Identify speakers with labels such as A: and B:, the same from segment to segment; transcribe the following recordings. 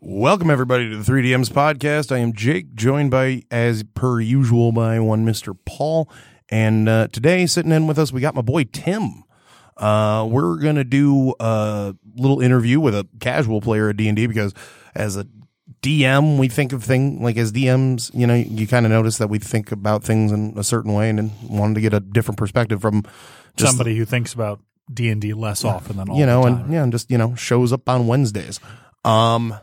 A: Welcome everybody to the 3DMs podcast. I am Jake, joined by as per usual by one Mr. Paul, and uh, today sitting in with us we got my boy Tim. Uh, we're gonna do a little interview with a casual player at D and D because as a DM we think of thing like as DMs, you know, you kind of notice that we think about things in a certain way and, and wanted to get a different perspective from just
B: somebody who thinks about D and D less often than all
A: you know,
B: the
A: and yeah, and just you know shows up on Wednesdays. Um,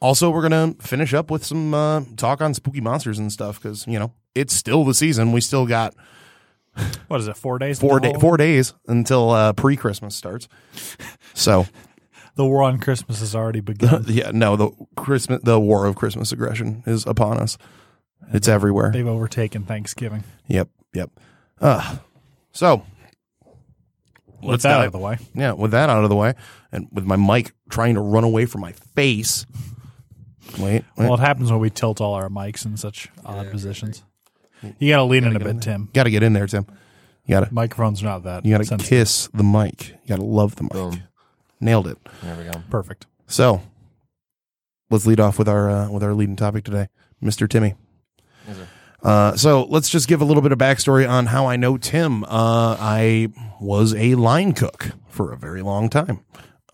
A: also, we're gonna finish up with some uh, talk on spooky monsters and stuff because you know it's still the season. We still got
B: and what is it? Four days.
A: four
B: until
A: day, four days until uh, pre Christmas starts. So
B: The war on Christmas has already begun.
A: yeah, no, the Christmas, the war of Christmas aggression is upon us. It's everywhere.
B: They've overtaken Thanksgiving.
A: Yep, yep. Uh, so
B: Let's that out
A: dive.
B: of the way.
A: yeah, with that out of the way, and with my mic trying to run away from my face. Wait, wait.
B: Well, it happens when we tilt all our mics in such odd positions. You got to lean in a bit, Tim.
A: Got to get in there, Tim. You gotta
B: Microphones are not that.
A: you gotta
B: sensitive.
A: kiss the mic. You gotta love the mic. Nailed it.
C: There we go.
B: Perfect.
A: So let's lead off with our uh, with our leading topic today, Mr. Timmy. Uh, so let's just give a little bit of backstory on how I know Tim. Uh, I was a line cook for a very long time.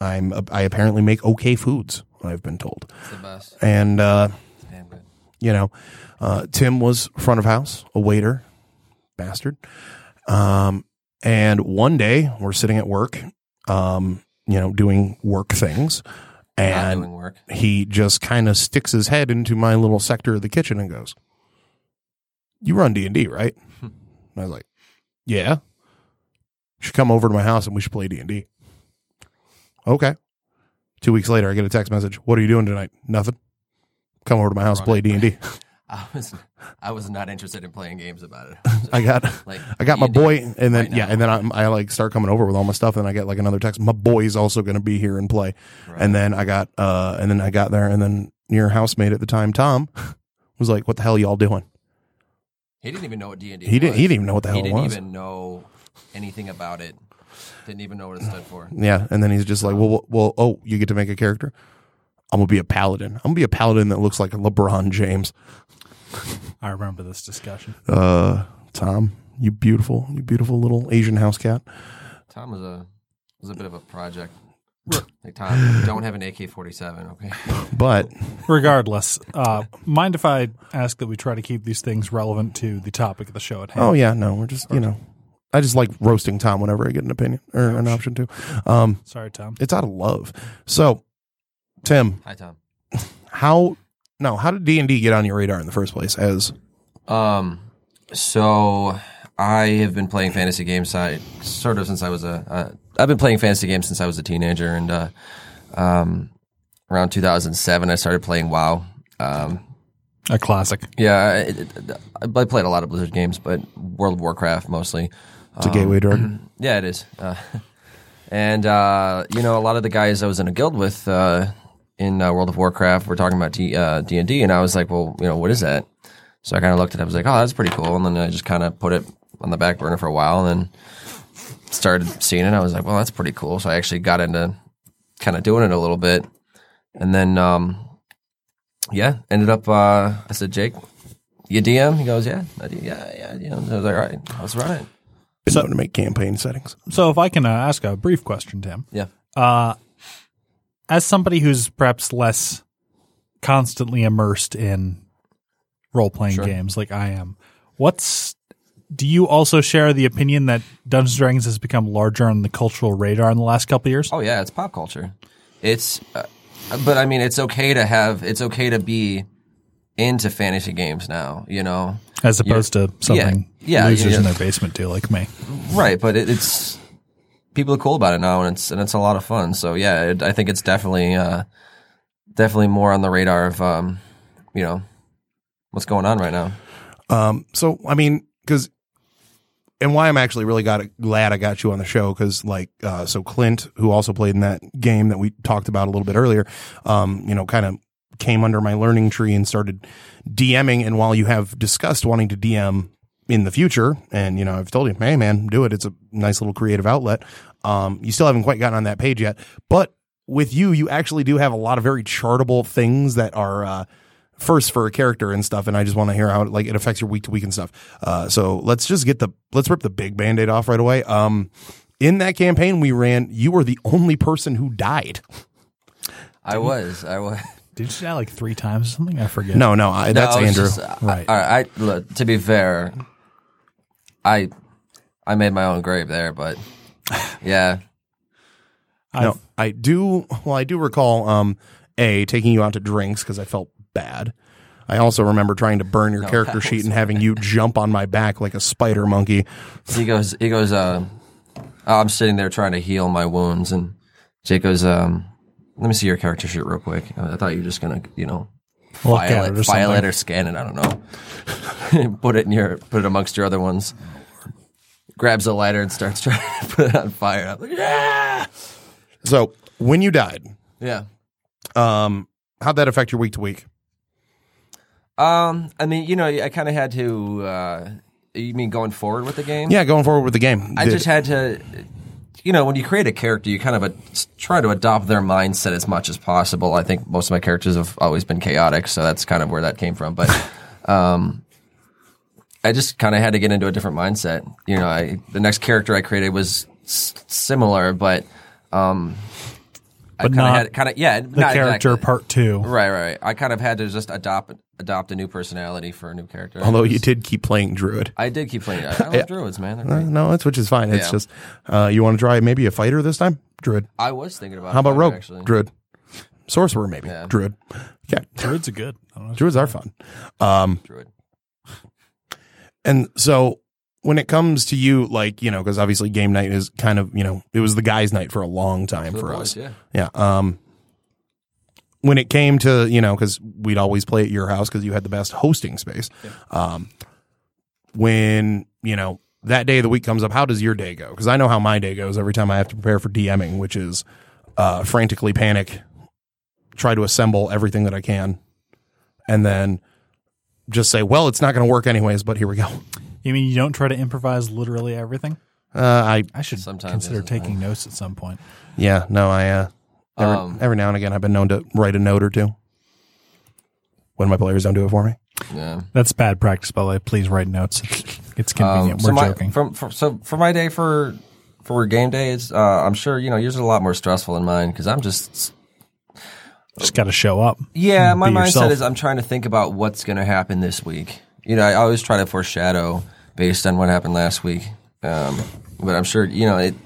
A: I'm I apparently make okay foods. I've been told,
C: It's the best.
A: and uh,
C: Damn good.
A: you know, uh, Tim was front of house, a waiter, bastard. Um, and one day we're sitting at work, um, you know, doing work things,
C: Not
A: and
C: doing work.
A: he just kind of sticks his head into my little sector of the kitchen and goes, "You run D and D, right?" and I was like, "Yeah." You should come over to my house and we should play D and D. Okay. Two weeks later, I get a text message. What are you doing tonight? Nothing. Come over to my house, play D and D.
C: I was I was not interested in playing games about it.
A: I got
C: like
A: I got my
C: D&D.
A: boy, and then
C: Right
A: yeah,
C: now.
A: and then I, I like start coming over with all my stuff, and I get like another text. My boy's also going to be here and play, and then I got uh, and then I got there, and then your housemate at the time, Tom, was like, "What the hell y'all doing?"
C: He didn't even know what D and D.
A: He didn't. He didn't even know what the hell
C: He
A: it
C: didn't
A: was.
C: even know anything about it. Didn't even know what it stood for.
A: Yeah, and then he's just like, "Well, well, well, oh, you get to make a character. I'm gonna be a paladin. I'm gonna be a paladin that looks like LeBron James."
B: I remember this discussion.
A: Uh, Tom, you beautiful, you beautiful little Asian house cat.
C: Tom was a was a bit of a project. Like Tom, you don't have an AK forty seven. Okay.
A: But
B: Regardless, uh, mind if I ask that we try to keep these things relevant to the topic of the show at hand?
A: oh yeah, no, we're just you know, I just like roasting Tom whenever I get an opinion or an option to. Um,
B: Sorry, Tom.
A: it's out of love. So, Tim,
C: Hi Tom.
A: how no, how did D and D get on your radar in the first place? As
C: Um, so I have been playing fantasy games si- sort of since I was a. Uh, I've been playing fantasy games since I was a teenager, and uh, um, around 2007 I started playing WoW. Um,
B: A classic.
C: yeah, it, it- I played a lot of Blizzard games, but World of Warcraft mostly.
A: it's a gateway drug.
C: Yeah, it is. Uh, and uh, you know, a lot of the guys I was in a guild with uh, in uh, World of Warcraft were talking about D and D, and I was like, well, you know, what is that? So I kind of looked at it. I was like, oh, that's pretty cool. And then I just kind of put it on the back burner for a while, and then started seeing it. I was like, well, that's pretty cool. So I actually got into kind of doing it a little bit, and then um, yeah, ended up. Uh, I said, Jake. You DM? He goes, yeah, I do, yeah, yeah. You know, I was like, all right, let's run it.
A: Been known to make campaign settings.
B: So, if I can uh, ask a brief question, Tim.
C: Yeah.
B: Uh, as somebody who's perhaps less constantly immersed in role playing games like I am, what's do you also share the opinion that Dungeons and Dragons has become larger on the cultural radar in the last couple years?
C: Oh yeah, it's pop culture. It's, uh, but I mean, it's okay to have. It's okay to be into fantasy games now. You know,
B: As opposed to something
C: yeah,
B: losers
C: yeah.
B: in their basement do like me.
C: right? But it, it's people are cool about it now, and it's and it's a lot of fun. So yeah, it, I think it's definitely uh, definitely more on the radar of um, you know what's going on right now.
A: Um, so I mean, because and why I'm actually really got glad I got you on the show because like uh, so Clint, who also played in that game that we talked about a little bit earlier, um, you know, kind of came under my learning tree and started DMing. And while you have discussed wanting to DM in the future, and you know, I've told you, hey man, do it. It's a nice little creative outlet. Um, you still haven't quite gotten on that page yet, but with you, you actually do have a lot of very chartable things that are. Uh, first for a character and stuff and i just want to hear how it, like it affects your week to week and stuff uh, so let's just get the let's rip the big band-aid off right away um, in that campaign we ran you were the only person who died
C: I was, I was.
B: Did you die like three times or something? I forget.
A: no no I, that's
C: No, it's
A: andrew
C: just, uh,
B: Right.
C: all right, I, look, to be fair, I I made my own grave there, but yeah,
A: no i do well i do recall um, a taking you out to drinks because i felt bad i also remember trying to burn your character sheet and having you jump on my back like a spider monkey
C: he goes, he goes. Uh, I'm sitting there trying to heal my wounds, and Jake goes, um, "Let me see your character sheet real quick." I thought you were just gonna, you know,
B: Look
C: file
B: at it or
C: file
B: something.
C: it or scan it. I don't know. put it in your, put it amongst your other ones. Grabs a lighter and starts trying to put it on fire. I'm like, yeah,
A: so when you died
C: yeah.
A: um, how'd that affect your week to week
C: Um, I mean, you know, I kind of had to. Uh, you mean going forward with the game?
A: yeah going forward with the game
C: I
A: Did-
C: just had to. You know, when you create a character, you kind of a, try to adopt their mindset as much as possible. I think most of my characters have always been chaotic, so that's kind of where that came from. But um, I just kind of had to get into a different mindset. You know, I, the next character I created was s- similar, but um, I
B: But
C: kind of
B: not
C: had kind of yeah,
B: the character part two.
C: Right, right. I kind of had to just adopt adopt a new personality for a new character.
A: although you did keep playing druid
C: I did keep playing. I, I love druids, man. They're
A: Uh,
C: great.
A: No, that's which is fine. It's
C: Yeah.
A: just uh, you want to try maybe a fighter this time, druid.
C: I was thinking about
A: How about
C: that,
A: rogue,
C: Actually.
A: druid, sorcerer maybe,
C: Yeah.
A: druid. Yeah,
B: Druids are good. I don't know.
A: druids are fun. Um,
C: Druid.
A: and so when it comes to you, like you know, because obviously game night is kind of you know it was the guys' night for a long time for
C: It
A: us.
C: was, yeah.
A: Yeah. Um, when it came to you know, because we'd always play at your house because you had the best hosting space. Um, when you know that day of the week comes up, how does your day go? Because I know how my day goes every time I have to prepare for DMing, which is uh, frantically panic, try to assemble everything that I can, and then just say, "Well, it's not going to work anyways." But here we go.
B: You mean you don't try to improvise literally everything?
A: Uh, I
B: I should
C: Sometimes
B: consider
C: it's a thing.
B: taking notes at some point.
A: yeah, no, I uh, every,
C: Um,
A: every now and again I've been known to write a note or two when my players don't do it for me.
C: Yeah.
B: That's bad practice, by the way. Please write notes. It's
C: Um,
B: convenient.
C: so
B: We're
C: my
B: joking.
C: from, for so for my day for for game day, it's uh, I'm sure you know yours is a lot more stressful than mine because I'm just
B: Just got to show up.
C: yeah. My
B: Be
C: mindset
B: yourself.
C: is I'm trying to think about what's going to happen this week. You know, I always try to foreshadow based on what happened last week. Um, but I'm sure you know it.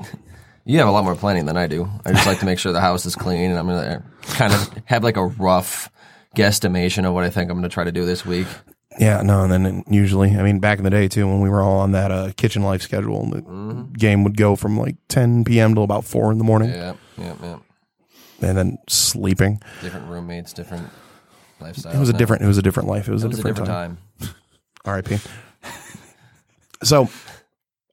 C: You have a lot more planning than I do. I just like to make sure the house is clean, and I'm gonna kind of have like a rough guesstimation of what I think I'm gonna try to do this week.
A: Yeah, no, and then usually, I mean, back in the day too, when we were all on that uh, kitchen life schedule, the
C: Mm-hmm.
A: game would go from like 10 p.m. to about four in the morning,
C: Yeah, yeah, yeah.
A: and then sleeping.
C: Different roommates, different lifestyle.
A: It was a different, it was a different life. It was,
C: Uh-huh.
A: a,
C: It was
A: different time.
C: time.
A: R.I.P. so,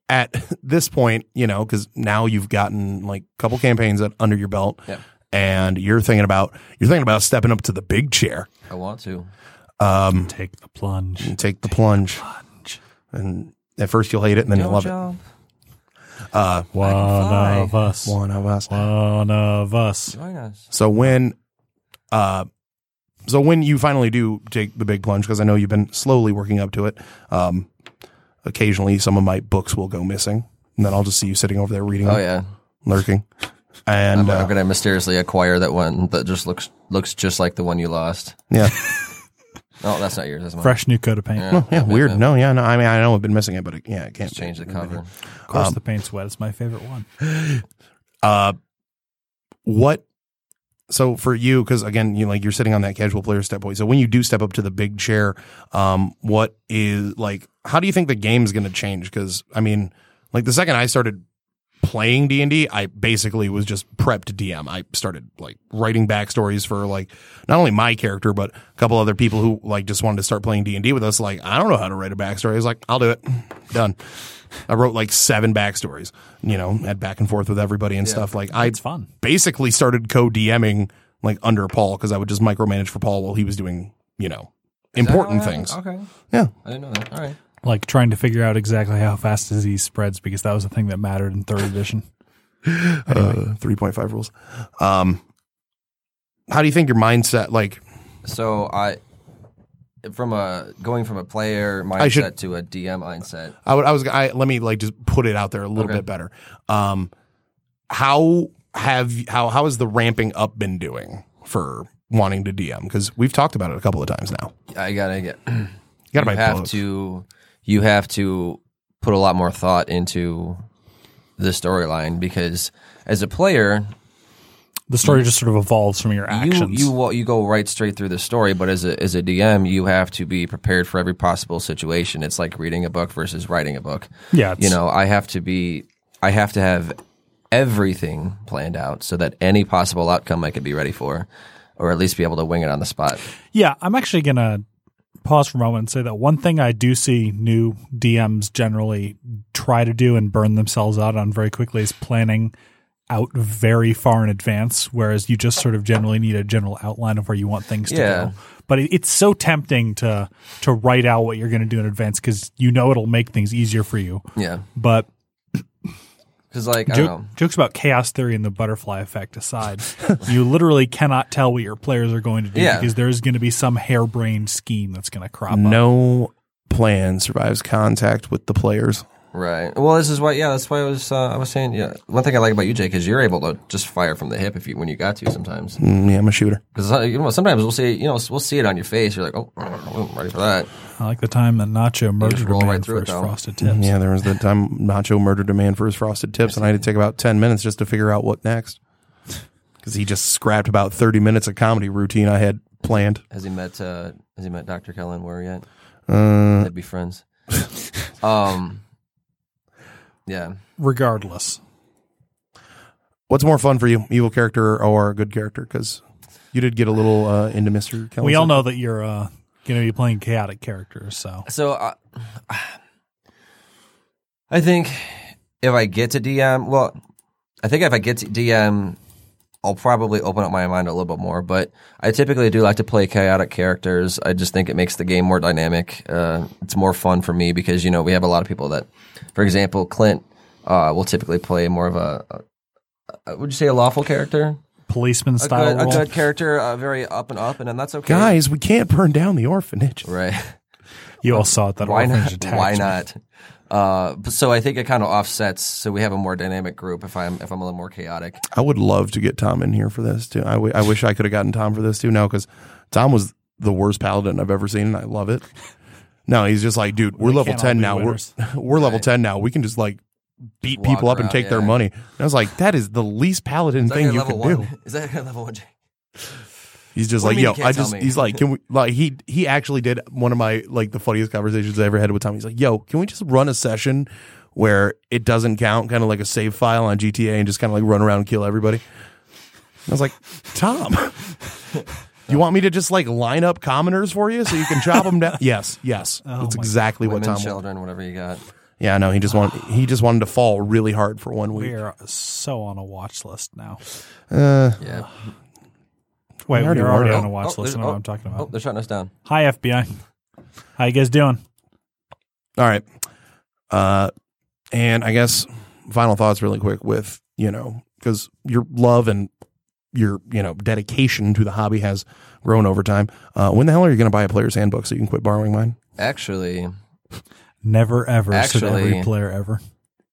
A: at this point, you know, because now you've gotten like a couple campaigns un- under your belt,
C: Yeah.
A: and you're thinking about you're thinking about stepping up to the big chair.
C: I want to.
B: Take the plunge.
A: and Take the plunge, and at first you'll hate it, and then you'll love
C: job.
B: One
C: fly.
B: of us.
A: it. One of us.
B: One of us.
C: Join us.
A: So when, uh, so when you finally do take the big plunge, because I know you've been slowly working up to it. Um, occasionally, some of my books will go missing, and then I'll just see you sitting over there reading,
C: Oh
A: them,
C: yeah.
A: lurking. and
C: I'm
A: uh,
C: gonna mysteriously acquire that one that just looks looks just like the one you lost.
A: yeah,
C: Oh, that's not yours. That's mine.
B: Fresh new coat of paint.
A: no, yeah, weird. No, yeah, no. I mean, I know I've been missing it, but it, yeah, it can't
C: Change the cover.
B: Of course,
C: Um,
B: the paint's wet. It's my favorite one.
A: Uh, what? So for you, because again, you like you're sitting on that casual player step away. So when you do step up to the big chair, um, what is like? How do you think the game's going to change? Because I mean, like the second I started playing D and I basically was just prepped DM. I started like writing backstories for like not only my character but a couple other people who like just wanted to start playing D and D with us. Like I don't know how to write a backstory. I was like, I'll do it. Done. I wrote like seven backstories. You know, had back and forth with everybody and stuff. Like I
B: It's fun.
A: basically started co DMing like under Paul because I would just micromanage for Paul while he was doing you know important things.
C: Okay.
A: Yeah.
C: I didn't know that. All right.
B: Like trying to figure out exactly how fast disease spreads because that was the thing that mattered in third edition.
A: Uh, three point five rules. Um, how do you think your mindset like?
C: So I, from a going from a player mindset
A: should-
C: to a DM mindset.
A: I, would, I was. I let me like just put it out there a little
C: Okay.
A: bit better. Um, how have how how has the ramping up been doing for wanting to DM? Because we've talked about it a couple of times now.
C: I gotta get.
A: You gotta
C: you
A: buy
C: have
A: clothes.
C: to. You have to put a lot more thought into the storyline because as a player,
B: The story just sort of evolves from your actions.
C: You, you wa- you go right straight through the story, but as a as a DM, you have to be prepared for every possible situation. It's like reading a book versus writing a book.
B: Yeah, it's-
C: you know, I have to be, I have to have everything planned out so that any possible outcome I could be ready for, or at least be able to wing it on the spot.
B: Yeah, I'm actually going to pause for a moment and say that one thing I do see new DMs generally try to do and burn themselves out on very quickly is planning out very far in advance, whereas you just sort of generally need a general outline of where you want things to
C: Yeah.
B: go. But it, it's so tempting to to write out what you're going to do in advance because you know it'll make things easier for you.
C: Yeah,
B: But
C: because like I don't
B: joke,
C: know.
B: jokes about chaos theory and the butterfly effect aside, you literally cannot tell what your players are going to do
C: Yeah.
B: because there's going to be some harebrained scheme that's going to crop up.
A: No plan survives contact with the players.
C: Right. Well, this is why. Yeah, that's why I was. Uh, I was saying. Yeah. One thing I like about you, Jake, is you're able to just fire from the hip if you when you got to sometimes.
A: Mm, yeah, I'm a shooter.
C: Because you know sometimes we'll see. You know we'll see it on your face. You're like, oh, I'm ready for that.
B: I like the time that Nacho murdered a
C: roll
B: man
C: right through
B: for
C: it,
B: his
C: though.
B: frosted tips.
A: Yeah, there was the time Nacho murdered a man for his frosted tips, and I had to take about 10 minutes just to figure out what next. Because he just scrapped about 30 minutes of comedy routine I had planned.
C: Has he met uh, Has he met Dr. Kellen Ware yet? They'd be friends. um, yeah,
B: Regardless,
A: What's more fun for you, evil character or a good character? Because you did get a little uh, into Mr. Kelly.
B: we all know that you're uh, going to be playing chaotic characters. So
C: so uh, I think if I get to DM, well, I think if I get to DM, I'll probably open up my mind a little bit more. But I typically do like to play chaotic characters. I just think it makes the game more dynamic. Uh, it's more fun for me because you know we have a lot of people that, for example, Clint uh, will typically play more of a. a- would you say a lawful character?
B: policeman
C: a
B: style
C: good, a
B: role.
C: good character, uh, very up and up, and then that's okay.
A: Guys, we can't burn down the orphanage.
C: right?
B: you all saw it that
C: Why
B: orphanage
C: not?
B: attacked.
C: Why
B: me.
C: not? Uh, but- so I think it kind of offsets. So we have a more dynamic group. If I'm if I'm a little more chaotic,
A: I would love to get Tom in here for this, too. I, w- I wish I could have gotten Tom for this, too, now, because Tom was the worst paladin I've ever seen, and I love it. No, he's just like, dude, we're level
B: can't all
A: ten
B: be
A: now. We're
B: winners.
A: we're level ten now. We can just like beat
C: Walk
A: people up and
C: around,
A: take their
C: yeah.
A: money. And I was like, that is the least paladin
C: is that
A: thing
C: your
A: you
C: level
A: can
C: one?
A: do.
C: Is that your level one? Jay?
A: He's just
C: What do
A: like,
C: you mean
A: yo,
C: you can't
A: I
C: tell
A: just
C: me?
A: he's like, can we like he he actually did one of my like the funniest conversations I ever had with Tom. He's like, yo, can we just run a session where it doesn't count, kind of like a save file on GTA, and just kind of like run around and kill everybody? And I was like, Tom. You want me to just like line up commoners for you so you can chop them down? Yes, yes. That's exactly what
C: Oh Women,
A: Tom. wanted.
C: children, whatever you got.
A: Yeah, no, he just wanted he just wanted to fall really hard for one week.
B: We are so on a watch list now.
C: Yeah.
B: Wait, we
A: already
B: are
A: were.
B: already
A: Oh,
B: on a watch
C: there's-
B: list. I know what I'm talking
C: Oh, Oh,
B: about.
C: they're shutting us down.
B: Hi FBI, how you guys doing?
A: All right. Uh and I guess final thoughts really quick with, you know, cuz your love and your, you know, dedication to the hobby has grown over time. Uh when the hell are you going to buy a player's handbook so you can quit borrowing mine?
C: Actually,
B: Never ever said
C: Actually-
B: every player ever.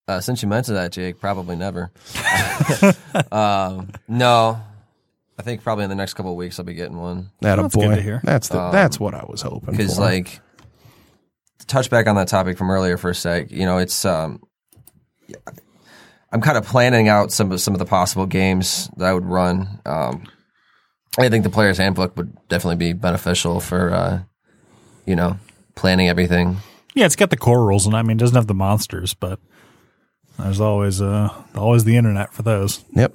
C: Uh, since you mentioned that, Jake, probably never. um, no, I think probably in the next couple of weeks I'll be getting one
A: That
B: That's good to hear.
A: That's the, that's what I was hoping.
C: because,
A: for.
C: like, to touch back on that topic from earlier for a sec. You know, it's um, I'm kind of planning out some of some of the possible games that I would run. Um, I think the player's handbook would definitely be beneficial for, uh, you know, planning everything.
B: Yeah, it's got the core rules, and I mean, it doesn't have the monsters, but there's always uh always the internet for those.
A: yep,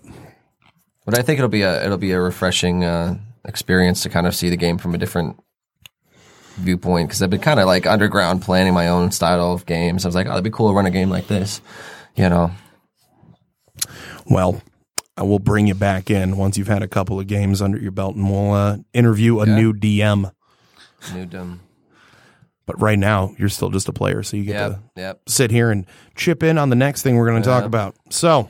C: But I think it'll be a it'll be a refreshing uh, experience to kind of see the game from a different viewpoint because I've been kind of like underground planning my own style of games. I was like, oh, it'd be cool to run a game like this, you know.
A: Well, I will bring you back in once you've had a couple of games under your belt, and we'll uh, interview a new DM.
C: New dumb.
A: But right now, you're still just a player, so you get
C: Yep,
A: to
C: yep.
A: sit here and chip in on the next thing we're going to talk about. So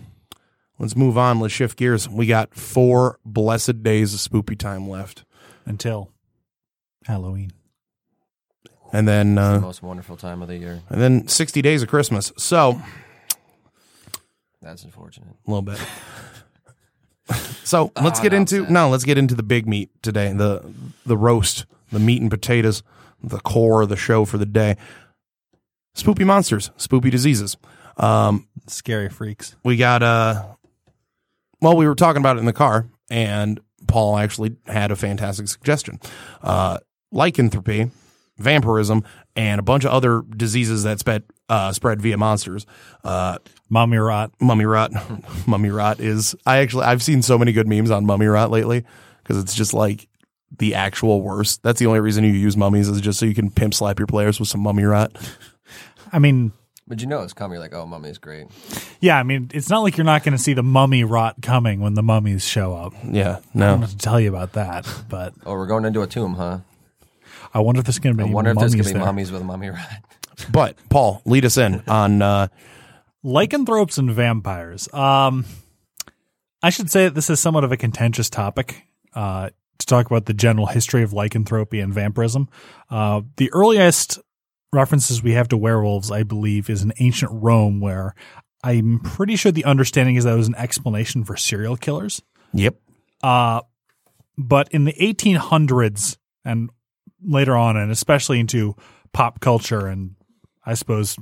A: let's move on. Let's shift gears. We got four blessed days of spoopy time left,
B: Until Halloween,
A: and then
C: The
A: uh,
C: most wonderful time of the year.
A: and then 60 days of Christmas. So
C: That's unfortunate.
A: a little bit. so let's
C: Oh,
A: get
C: no,
A: into
C: man.
A: no, let's get into the big meat today. The the roast, the meat and potatoes, the core of the show for the day. Spoopy monsters, spoopy diseases. Um,
B: scary freaks.
A: we got uh well, we were talking about it in the car, and Paul actually had a fantastic suggestion. Uh lycanthropy, vampirism, and a bunch of other diseases that spread uh, spread via monsters. Uh
B: Mommy rot.
A: mummy rot mummy rot is i actually i've seen so many good memes on mummy rot lately because it's just like the actual worst that's the only reason you use mummies is just so you can pimp slap your players with some mummy rot
B: I mean,
C: But you know it's coming. You're like, oh, mummy's great.
B: yeah, I mean, it's not like you're not going to see the mummy rot coming when the mummies show up.
A: yeah
B: I'm
A: no
B: going to tell you about that, but
C: Oh, we're going into a tomb, huh?
B: I wonder if there's going to be
C: I wonder if
B: mummies
C: there's gonna be
B: there.
C: mummies with mummy rot.
A: but paul lead us in on uh
B: lycanthropes and vampires. Um, I should say that this is somewhat of a contentious topic uh, to talk about the general history of lycanthropy and vampirism. Uh, the earliest references we have to werewolves, I believe, is in ancient Rome, where I'm pretty sure the understanding is that it was an explanation for serial killers.
A: yep
B: Uh, but in the 1800s and later on, and especially into pop culture and I suppose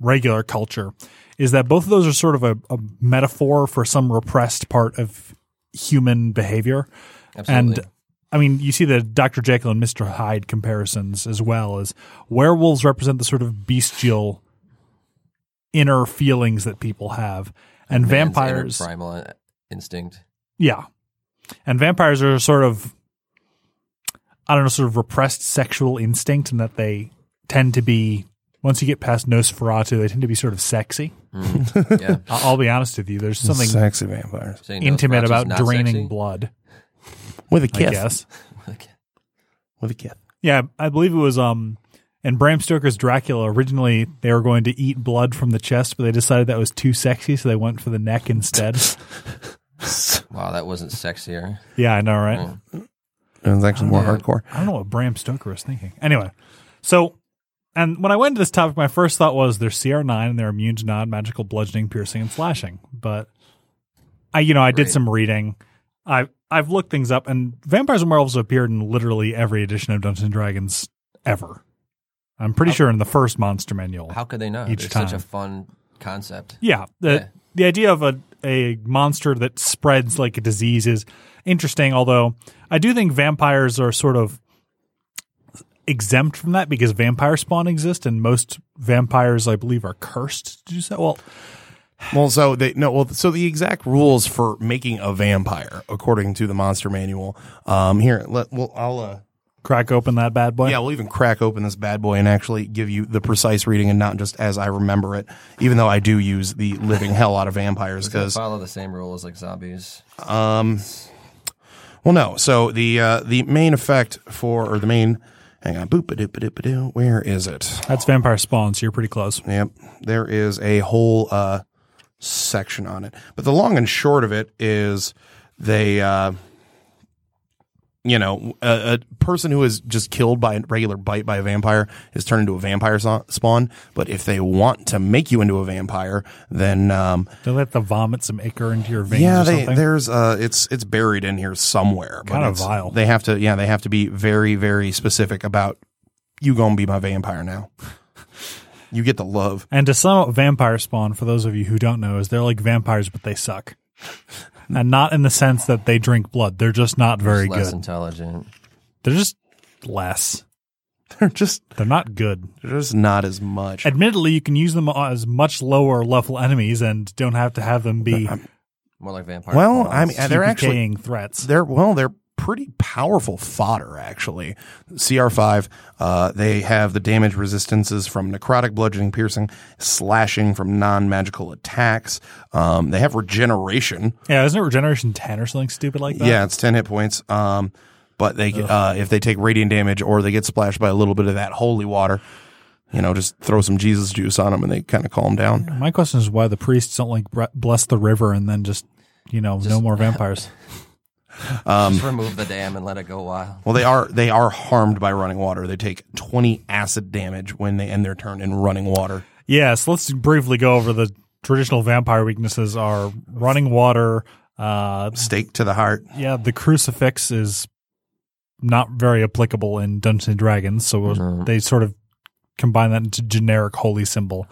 B: regular culture, is that both of those are sort of a, a metaphor for some repressed part of human behavior.
C: Absolutely.
B: And I mean, you see the Dr. Jekyll and Mr. Hyde comparisons as well as werewolves represent the sort of bestial inner feelings that people have. And
C: Man's inner
B: vampires
C: primal in- instinct.
B: yeah. And vampires are sort of I don't know, sort of repressed sexual instinct and that they tend to be once you get past Nosferatu, they tend to be sort of sexy.
C: Yeah,
B: I- I'll be honest with you, there's something
A: sexy vampires
C: Saying
B: intimate
C: Nosferatu's
B: about
C: not
B: draining
C: sexy?
B: blood,
A: with a
B: I
A: kith
B: guess.
A: with a kith
B: Yeah, I believe it was um in Bram Stoker's Dracula originally they were going to eat blood from the chest, but they decided that was too sexy, so they went for the neck instead.
C: Wow, that wasn't sexier.
B: yeah, I know, right?
C: Mm.
A: it was actually more hardcore
B: I don't know what Bram Stoker was thinking. Anyway, so and when I went to this topic, my first thought was they're CR9 and they're immune to non-magical bludgeoning, piercing, and slashing. But I, you know, I did
C: Right.
B: some reading. I've I've looked things up, and vampires and werewolves have appeared in literally every edition of Dungeons and Dragons ever. I'm pretty sure in the first Monster Manual.
C: How could they not?
B: Each
C: it's such
B: time.
C: a fun concept.
B: Yeah. The
C: Yeah.
B: the idea of a a monster that spreads like a disease is interesting, although I do think vampires are sort of exempt from that because vampire spawn exist and most vampires I believe are cursed to do so. Well,
A: Well, so they no. Well, so the exact rules for making a vampire, according to the monster manual, um, here let well, I'll uh,
B: crack open that bad boy.
A: Yeah, we'll even crack open this bad boy and actually give you the precise reading and not just as I remember it, even though I do use the living hell out of vampires because
C: Follow the same rules like zombies.
A: well no, so the uh the main effect for or the main hang on boop a doop a doop a doo where is it?
B: That's vampire spawn, so you're pretty close.
A: Yep. There is a whole uh section on it. But the long and short of it is they uh you know, a, a person who is just killed by a regular bite by a vampire is turned into a vampire so- spawn. But if they want to make you into a vampire, then um,
B: They let the vomit some ichor into your veins
A: yeah,
B: or
A: they,
B: something.
A: there's uh, it's it's buried in here somewhere. but
B: Kinda
A: it's-
B: vile.
A: They have to, yeah, they have to be very very specific about you gonna be my vampire now. you get the love.
B: and to sum up vampire spawn, for those of you who don't know, is they're like vampires but they suck. and not in the sense that they drink blood. They're just not very
C: less
B: good.
C: intelligent.
B: They're just less.
A: They're just
B: They're not good.
A: they're just not as much.
B: Admittedly, you can use them as much lower level enemies and don't have to have them be
C: More like vampire.
A: Well,
C: spawns.
A: I mean, they're actually
B: decaying threats.
A: they're well they're pretty powerful fodder actually cr5 uh, they have the damage resistances from necrotic bludgeoning piercing slashing from non-magical attacks um, they have regeneration
B: Yeah, isn't it regeneration 10 or something stupid like that?
A: yeah it's 10 hit points um, but they uh, if they take radiant damage or they get splashed by a little bit of that holy water you know just throw some jesus juice on them and they kind of calm down
B: My question is why the priests don't like bre- bless the river and then just, you know, no more vampires.
C: just
B: um,
C: remove the dam and let it go wild.
A: Well, they are they are harmed by running water. They take twenty acid damage when they end their turn in running water.
B: yeah, so let's briefly go over the traditional vampire weaknesses are running water. Uh,
A: Stake to the heart.
B: yeah, the crucifix is not very applicable in Dungeons and Dragons, so they sort of combine that into generic holy symbol.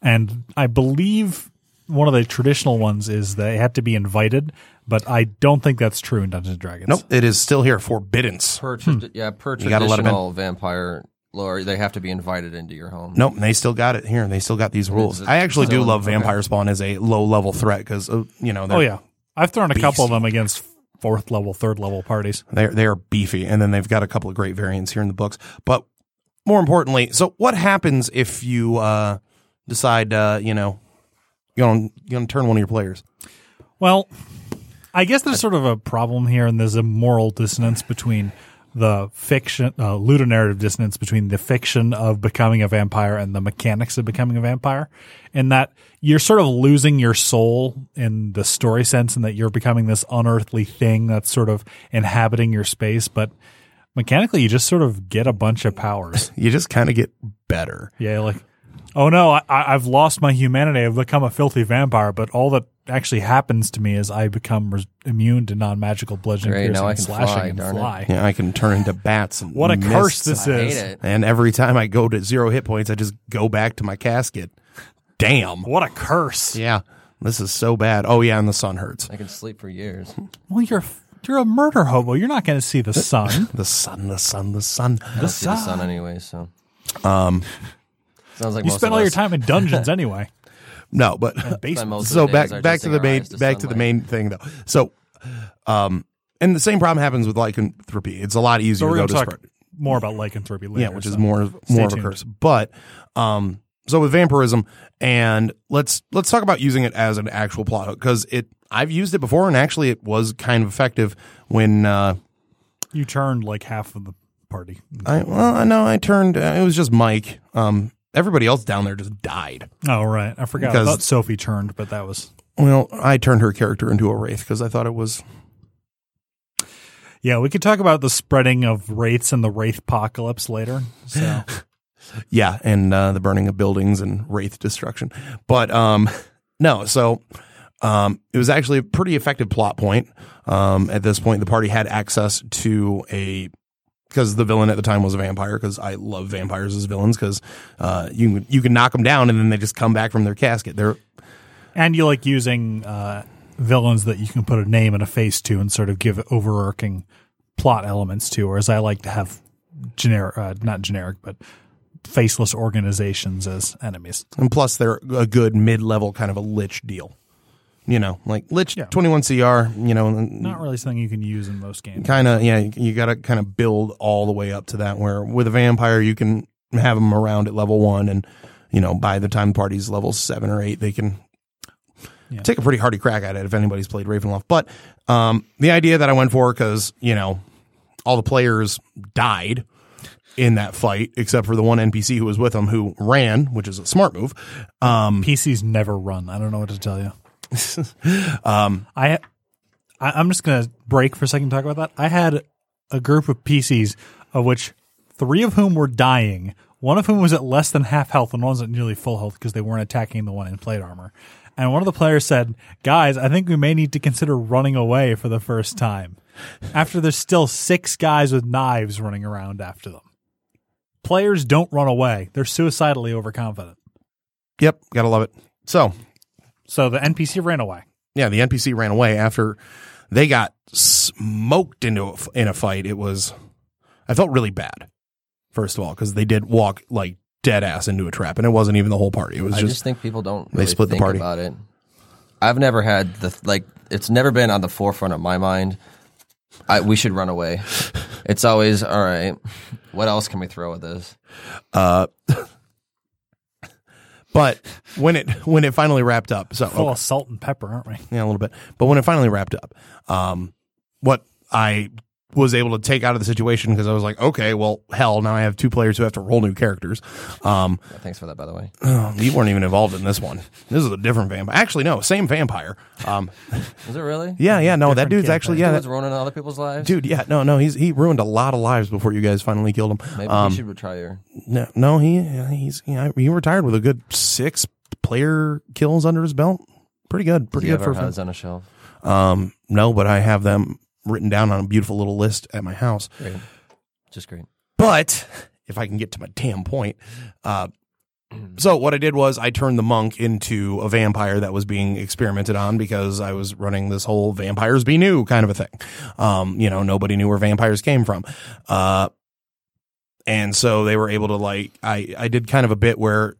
B: And I believe one of the traditional ones is they had to be invited, but I don't think that's true in Dungeons and Dragons.
A: Nope, it is still here. Forbiddance.
C: Per tra- yeah, per
A: Hmm. gotta let 'em in.
C: traditional vampire lore, they have to be invited into your home.
A: Nope, they still got it here. They still got these rules.
C: it's
A: I actually do
C: still-
A: love
C: okay.
A: Vampire Spawn as a low level threat because uh, you know they're,
B: Oh yeah, I've thrown a couple of them against fourth level, third level parties.
A: they're they're beefy, and then they've got a couple of great variants here in the books. But more importantly, so what happens if you uh, decide uh, you know you're gonna, you're gonna turn one of your players?
B: Well, I guess there's sort of a problem here, and there's a moral dissonance between the fiction, uh, ludonarrative dissonance between the fiction of becoming a vampire and the mechanics of becoming a vampire, in that you're sort of losing your soul in the story sense, and that you're becoming this unearthly thing that's sort of inhabiting your space, but mechanically you just sort of get a bunch of powers.
A: You just kind of get better.
B: Yeah, like, oh no, I, I- I've lost my humanity. I've become a filthy vampire. But all that actually happens to me is I become res- immune to non magical bludgeoning,
C: Great,
B: piercing,
C: now I
B: and
C: can
B: slashing,
C: fly,
B: and
C: darn it.
B: fly.
A: Yeah, I can turn into bats. And
B: What a curse
A: mists.
B: this
C: I
B: is!
C: hate it.
A: And every time I go to zero hit points, I just go back to my casket. Damn.
B: What a curse!
A: Yeah. This is so bad. Oh, yeah. And the sun hurts.
C: I can sleep for years.
B: Well, you're you're a murder hobo. You're not going to see the sun.
A: The sun, the sun, the sun.
C: I don't see the sun anyway, so. Um, Sounds like
B: you
C: most
B: spend
C: of
B: all your
C: us.
B: time in dungeons anyway.
A: No, but
B: Basement.
C: most of
A: so
C: the days are
A: back back
C: just
A: to
C: in
A: the
C: our
A: main
C: eyes
A: back to the
C: sunlight.
A: main thing though. So, um, and the same problem happens with lycanthropy. It's a lot easier
B: So
A: to go
B: we're going to
A: to
B: talk
A: spread.
B: more about lycanthropy later.
A: yeah, which is
B: so
A: more
B: stay
A: more of a
B: tuned.
A: curse. But um, so with vampirism, and let's let's talk about using it as an actual plot hook because it I've used it before, and actually it was kind of effective when uh,
B: You turned like half of the party.
A: I well I know I turned uh, it was just Mike. Um, everybody else down there just died.
B: Oh right, I forgot. I
A: Because-
B: thought Sophie turned, but that was
A: Well, I turned her character into a wraith because I thought it was
B: yeah. We could talk about the spreading of wraiths and the wraith apocalypse later. So.
A: yeah, and uh, the burning of buildings and wraith destruction. But um, no, so um, it was actually a pretty effective plot point. Um, at this point, the party had access to a because the villain at the time was a vampire. Because I love vampires as villains because uh, you you can knock them down and then they just come back from their casket. They're
B: And you like using uh, villains that you can put a name and a face to and sort of give overarching plot elements to, whereas I like to have generic, uh, not generic, but faceless organizations as enemies.
A: and plus they're a good mid level kind of a lich deal. You know, like lich
B: Yeah.
A: twenty one cr. You know, and-
B: Not really something you can use in most games.
A: kind of yeah you, you got to kind of build all the way up to that where with a vampire you can have them around at level one and you know by the time the party's level seven or eight they can
B: Yeah.
A: take a pretty hearty crack at it if anybody's played ravenloft but um, the idea that i went for because you know all the players died in that fight except for the one npc who was with them who ran which is a smart move um,
B: PCs never run. I don't know what to tell you. um, I, I, I'm just gonna break for a second and talk about that. I had a group of PCs, of which three of whom were dying. One of whom was at less than half health, and one was at nearly full health because they weren't attacking the one in plate armor. And one of the players said, "Guys, I think we may need to consider running away for the first time." After there's still six guys with knives running around after them. Players don't run away; they're suicidally overconfident.
A: Yep, gotta love it. So
B: So the NPC ran away.
A: yeah, the NPC ran away after they got smoked into a, in a fight. It was I felt really bad. First of all, because they did walk like dead ass into a trap, and it wasn't even the whole party. It was
C: I
A: just,
C: just think people don't.
A: they
C: Really
A: split the
C: think
A: party.
C: about it. I've never had the like. It's never been on the forefront of my mind. I, we should run away. It's always all right. What else can we throw at this?
A: but when it when it finally wrapped up, so
B: Full
A: okay.
B: of salt and pepper, aren't we?
A: yeah, a little bit. But when it finally wrapped up, um, what I was able to take out of the situation because I was like, okay, well, hell, now I have two players who have to roll new characters. Um,
C: Thanks for that, by the way.
A: oh, you weren't even involved in this one. This is a different vampire. Actually, no, same vampire. Um,
C: Is it really?
A: yeah, yeah, no, that dude's
B: campaign.
A: actually, yeah,
C: Dude's
A: that,
C: ruining other people's lives.
A: dude, yeah, no, no, he's he ruined a lot of lives before you guys finally killed him.
C: Maybe
A: Um,
C: we should retry her.
A: no, no, he he's yeah, he retired with a good six player kills under his belt. Pretty good,
C: Do
A: pretty
C: you
A: good
C: have
A: for
C: our
A: a vampire.
C: HUDs on a shelf?
A: Um, no, but I have them written down on a beautiful little list at my house.
C: Great. Just great.
A: But if I can get to my damn point, uh, so what I did was I turned the monk into a vampire that was being experimented on because I was running this whole vampires be new kind of a thing. Um, you know, nobody knew where vampires came from. Uh, and so they were able to like I I did kind of a bit where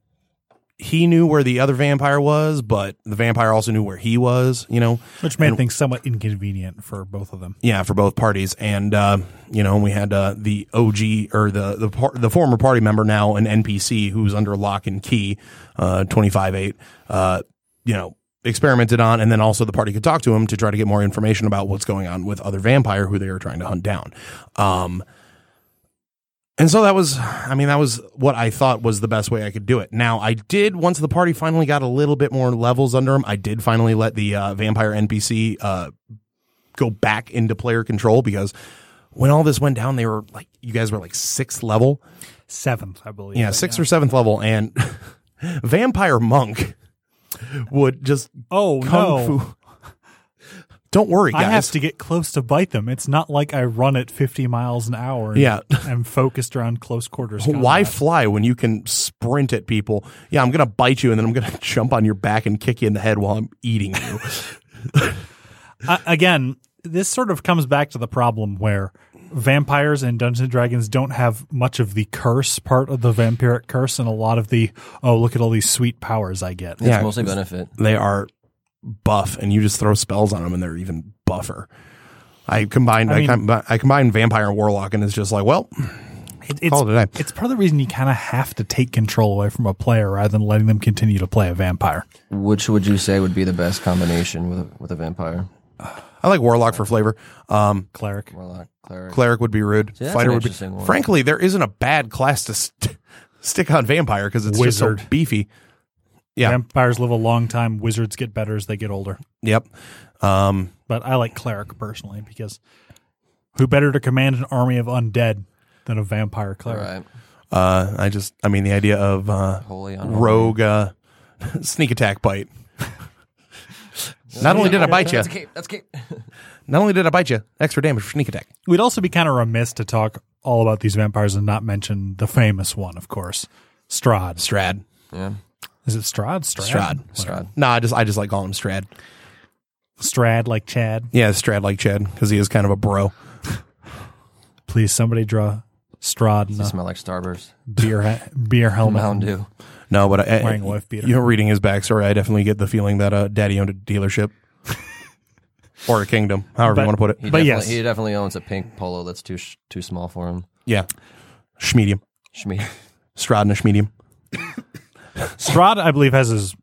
A: he knew where the other vampire was, but the vampire also knew where he was. You know,
B: Which made things somewhat inconvenient for both of them.
A: yeah, for both parties, and uh, you know, we had uh, the OG or the the par- the former party member now an NPC who's under lock and key, uh, twenty five eight, uh, you know, experimented on, and then also the party could talk to him to try to get more information about what's going on with other vampire who they were trying to hunt down. Um, and so that was, I mean, that was what I thought was the best way I could do it. Now, I did, once the party finally got a little bit more levels under him, I did finally let the uh, vampire NPC uh, go back into player control because when all this went down, they were like, you guys were like sixth level.
B: Seventh, I believe.
A: Yeah, sixth or seventh level. And Vampire Monk would just
B: Oh
A: kung
B: no!
A: fu. Don't worry,
B: I
A: guys.
B: have to get close to bite them. It's not like I run at 50 miles an hour. And
A: Yeah.
B: I'm focused around close quarters.
A: But Why
B: combat.
A: fly when you can sprint at people? Yeah, I'm going to bite you and then I'm going to jump on your back and kick you in the head while I'm eating you.
B: I- again, this sort of comes back to the problem where vampires and Dungeons and Dragons don't have much of the curse part of the vampiric curse, and a lot of the oh look at all these sweet powers I get.
C: It's
A: Yeah.
C: mostly benefit.
A: they are buff and you just throw spells on them and they're even buffer. I combined, I,
B: mean-
A: com- I combined vampire and warlock and it's just like, well,
B: It- it's,
A: Call it a day.
B: it's part of the reason you kind of have to take control away from a player rather than letting them continue to play a vampire.
C: Which would you say would be the best combination with a, with a vampire?
A: I like warlock for flavor. Um,
B: Cleric.
C: Warlock, cleric.
A: cleric would be rude.
C: that's
A: Fighter
C: an
A: would be.
C: interesting one.
A: Frankly, there isn't a bad class to st- stick on vampire because it's just so
B: Wizard.
A: beefy. Yeah.
B: Vampires live a long time. Wizards get better as they get older.
A: Yep. Um,
B: But I like cleric personally because who better to command an army of undead than a vampire
C: All
B: cleric?
C: right.
A: uh, I just, I mean, the idea of uh,
C: Holy unholy.
A: rogue uh, sneak attack bite. not only did I bite you,
C: That's okay. That's okay.
A: not only did I bite you, extra damage for sneak attack.
B: We'd also be kind of remiss to talk all about these vampires and not mention the famous one, of course, Strad.
A: Strad.
C: Yeah.
B: Is it Strad? Strad.
A: Strad.
C: Strad.
A: No, I just I just like calling him Strad.
B: Strad, like Chad.
A: Yeah, Strad like Chad because he is kind of a bro.
B: Please, somebody draw Strad in
C: You
B: a
C: smell like Starburst.
B: beer he- beer helmet.
C: Mountain Dew.
A: No, but I,
B: Wearing
A: I,
B: a wife beater.
A: You know, reading his backstory, I definitely get the feeling that uh, Daddy owned a dealership or a kingdom, however you
B: But-
A: want to put it.
C: He
B: But
C: definitely-
B: yes.
C: he definitely owns a pink polo that's too sh- too small for him.
A: Yeah, Schmedium,
C: Shmi.
A: Strad and a Schmedium.
B: Strad, I believe, has his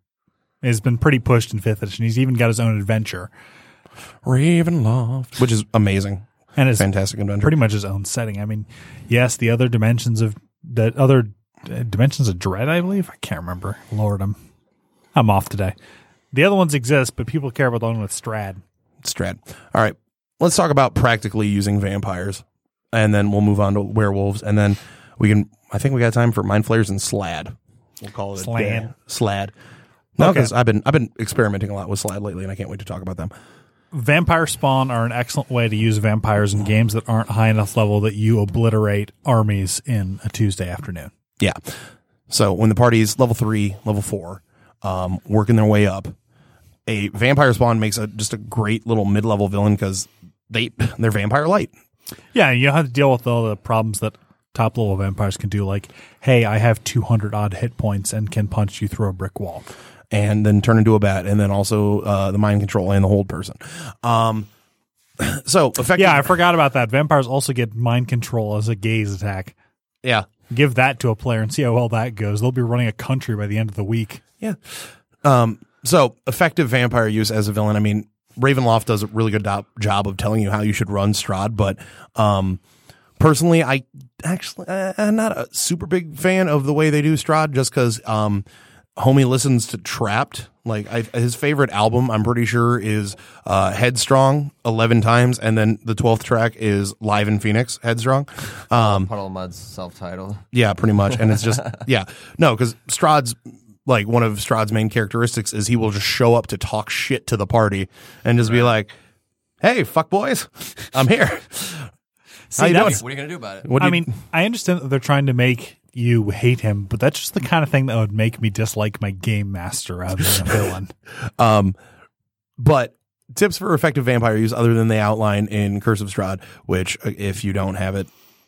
B: has been pretty pushed in fifth edition. He's even got his own adventure
A: Ravenloft, which is amazing,
B: and his
A: fantastic adventure.
B: pretty much his own setting. I mean, yes, the other dimensions of the other uh, dimensions of dread, I believe. I can't remember. Lord, I'm I'm off today. The other ones exist, but people care about the one with Strad.
A: Strad. All right, let's talk about practically using vampires. and then we'll move on to werewolves, and then we can. I think we got time for mind flayers and slad. We'll call it a
B: Slad.
A: day. Slad. No,
B: Okay.
A: because I've been I've been experimenting a lot with slad lately, and I can't wait to talk about them.
B: Vampire spawn are an excellent way to use vampires in games that aren't high enough level that you obliterate armies in a Tuesday afternoon.
A: Yeah. So when the party's level three, level four, um, working their way up, a vampire spawn makes a just a great little mid level villain because they they're vampire light.
B: Yeah, you don't have to deal with all the problems that top level vampires can do, like, hey, I have 200 odd hit points and can punch you through a brick wall.
A: and then turn into a bat, and then also uh, the mind control and the hold person. Um, so effective,
B: Yeah, I forgot about that. Vampires also get mind control as a gaze attack.
A: yeah,
B: Give that to a player and see how well that goes. They'll be running a country by the end of the week.
A: yeah. Um, so effective vampire use as a villain. I mean, Ravenloft does a really good do- job of telling you how you should run Strahd, but um, personally, I actually uh, I'm not a super big fan of the way they do Strahd, just because um, homie listens to Trapped. Like I, his favorite album, I'm pretty sure, is uh, Headstrong eleven times, and then the twelfth track is Live in Phoenix, Headstrong. Um,
C: Puddle of Mud's self-titled.
A: Yeah, pretty much. And it's just yeah, no, because Strahd's like one of Strahd's main characteristics is he will just show up to talk shit to the party and just be like, "Hey, fuck boys, I'm here.
B: See,
A: you
B: that's-
C: What are you gonna do about it?
A: What do
B: I
A: you-
B: mean, I understand that they're trying to make you hate him, but that's just the kind of thing that would make me dislike my game master rather than a villain.
A: Um, but tips for effective vampire use other than they outline in Curse of Strahd, which uh, if you don't have it,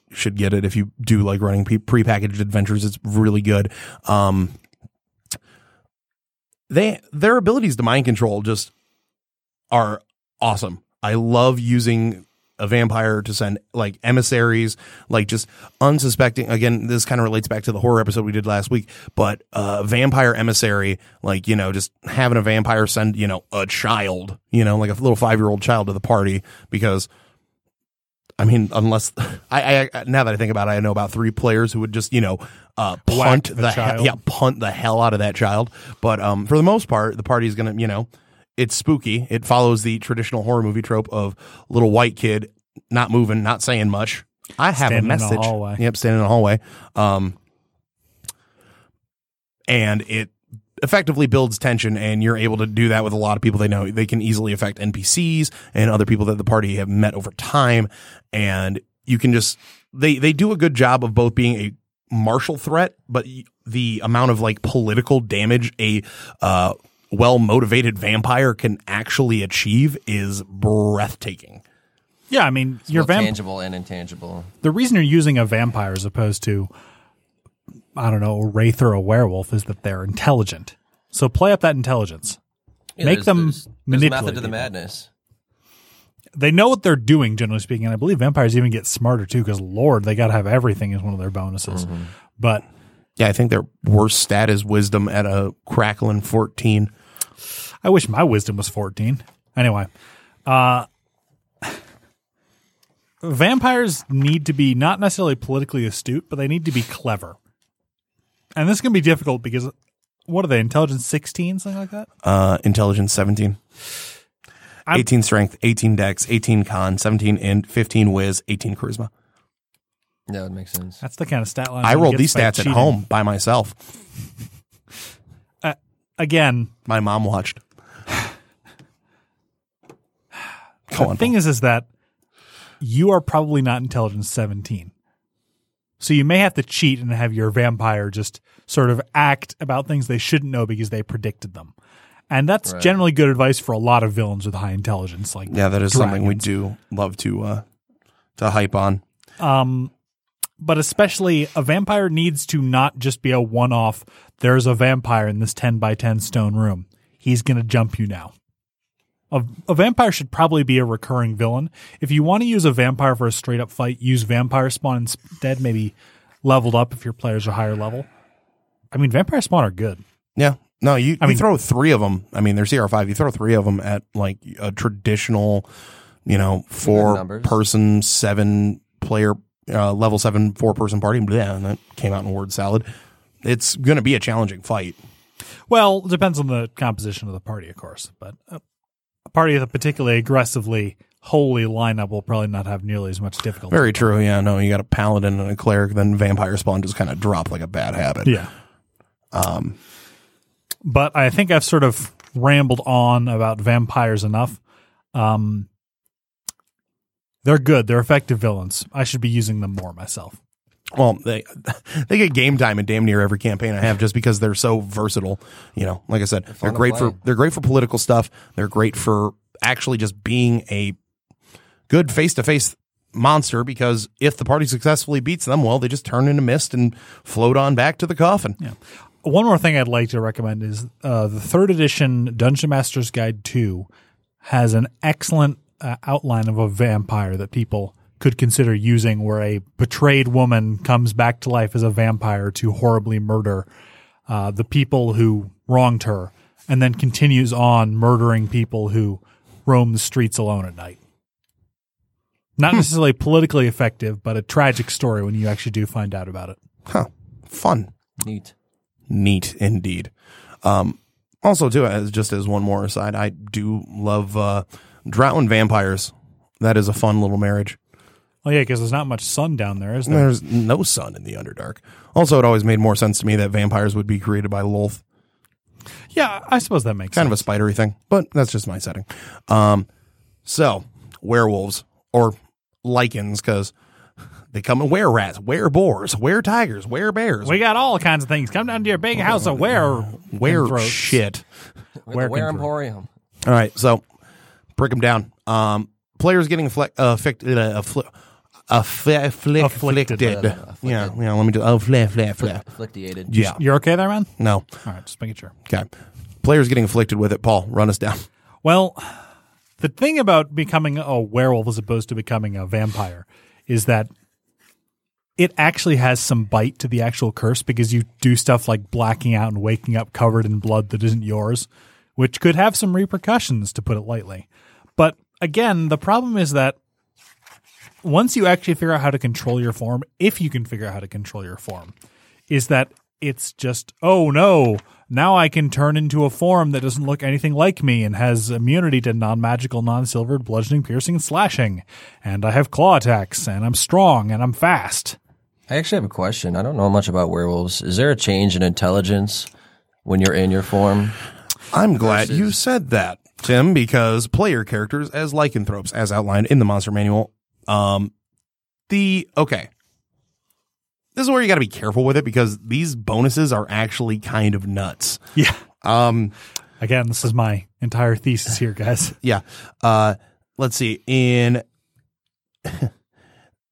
A: you should get it. If you do like running pe- prepackaged adventures, it's really good. Um, they their abilities to mind control just are awesome. I love using a vampire to send like emissaries, like just unsuspecting. Again, this kind of relates back to the horror episode we did last week, but uh, vampire emissary, like, you know, just having a vampire send, you know, a child, you know, like a little five year old child to the party because. I mean, unless I, I now that I think about it, I know about three players who would just you know uh,
B: Whack
A: punt
B: the
A: the, he-
B: child.
A: yeah punt the hell out of that child. But um, for the most part, the party's gonna you know it's spooky. It follows the traditional horror movie trope of little white kid not moving, not saying much. I have
B: Standing in
A: a
B: the
A: message.
B: hallway.
A: Yep, standing in the hallway. Um, and it effectively builds tension and you're able to do that with a lot of people they know they can easily affect npcs and other people that the party have met over time and you can just they they do a good job of both being a martial threat but y- the amount of like political damage a uh, well motivated vampire can actually achieve is breathtaking
B: Yeah, I mean, your
C: Both
B: vamp-
C: tangible and intangible.
B: the reason you're using a vampire as opposed to I don't know, a wraith or a werewolf is that they're intelligent. So play up that intelligence.
C: Yeah,
B: Make
C: there's-
B: them
C: there's, there's a method
B: manipulate
C: to the
B: people.
C: madness.
B: They know what they're doing, generally speaking, and I believe vampires even get smarter too, because Lord, they gotta have everything as one of their bonuses. But
A: yeah i think their worst stat is wisdom at a crackling 14
B: I wish my wisdom was 14. Anyway, uh, vampires need to be not necessarily politically astute, but they need to be clever. And this can be difficult because what are they? Intelligence 16, something like that?
A: uh intelligence 17
B: I'm-
A: 18 strength 18 dex 18 con 17 and 15 whiz 18 charisma
C: That would make sense.
B: That's the kind of stat line.
A: i
B: one
A: rolled these
B: gets by
A: stats
B: cheating.
A: at home by myself
B: Again,
A: my mom watched Go on,
B: thing is, is that you are probably not intelligence 17. So you may have to cheat and have your vampire just sort of act about things they shouldn't know because they predicted them. And that's generally good advice for a lot of villains with high intelligence. Like
A: yeah that is something we do love to uh to hype on
B: Um, but especially a vampire needs to not just be a one off. There's a vampire in this 10 by 10 stone room. He's going to jump you now. A, a vampire should probably be a recurring villain. If you want to use a vampire for a straight up fight, use vampire spawn instead, maybe leveled up if your players are higher level. I mean, vampire spawn are good.
A: yeah no you, you
B: mean-
A: throw three of them i mean they're cr5 you throw three of them at like a traditional you know four
C: numbers.
A: person seven player uh, level seven four person party yeah and that came out in word salad it's gonna be a challenging fight
B: Well, uh, it depends on the composition of the party, of course, but a, a party with a particularly aggressively holy lineup will probably not have nearly as much difficulty.
A: Very true. Yeah, no, you got a paladin and a cleric, then vampire spawn just kind of drop like a bad habit.
B: Yeah. Um, but I think I've sort of rambled on about vampires enough. Um, they're good. They're effective villains. I should be using them more myself.
A: Well, they they get game time in damn near every campaign I have just because they're so versatile. You know, like I said, they're
C: to
A: great
C: play.
A: for they're great for political stuff. They're great for actually just being a good face to face monster because if the party successfully beats them, well, they just turn into mist and float on back to the coffin.
B: Yeah. One more thing I'd like to recommend is uh, the third edition Dungeon Master's Guide 2 has an excellent uh, outline of a vampire that people could consider using where a betrayed woman comes back to life as a vampire to horribly murder uh, the people who wronged her and then continues on murdering people who roam the streets alone at night. Not necessarily politically effective, but a tragic story when you actually do find out about it.
A: Huh. Fun.
C: Neat.
A: Neat indeed. Um, also, too, as just as one more aside, I do love uh, Drowned Vampires. That is a fun little marriage.
B: Oh yeah, because there's not much sun down there, is there?
A: There's no sun in the Underdark. Also, it always made more sense to me that vampires would be created by Lolth.
B: Yeah, I suppose that makes
A: Kind
B: sense.
A: of a spidery thing, but that's just my setting. Um, so, werewolves or lichens, because they come in were rats, were boars, were tigers, were bears,
B: we got all kinds of things. Come down to your big house of where
A: were shit.
B: Where
C: Where, where Emporium?
A: All right, so prick them down. Um, players getting affle- uh, affected. Uh, affl- affle- afflict-
B: Afflicted.
A: afflicted. Yeah, yeah. Let me do. Oh, fla fla fla.
C: Afflictiated.
A: Yeah.
B: You're okay there, man?
A: No.
B: All right, just making sure.
A: Okay. Players getting afflicted with it. Paul, run us down.
B: Well, the thing about becoming a werewolf as opposed to becoming a vampire is that it actually has some bite to the actual curse because you do stuff like blacking out and waking up covered in blood that isn't yours, which could have some repercussions, to put it lightly. But again, the problem is that once you actually figure out how to control your form, if you can figure out how to control your form, is that it's just, oh no, now I can turn into a form that doesn't look anything like me and has immunity to non magical, non silvered, bludgeoning, piercing, and slashing. And I have claw attacks, and I'm strong, and I'm fast.
C: I actually have a question. I don't know much about werewolves. Is there a change in intelligence when you're in your form?
A: I'm glad you said that, Tim, because player characters as lycanthropes, as outlined in the monster manual, um, the okay. This is where you got to be careful with it because these bonuses are actually kind of nuts.
B: Yeah.
A: Um,
B: Again, this is my entire thesis here, guys.
A: Yeah. Uh, let's see. In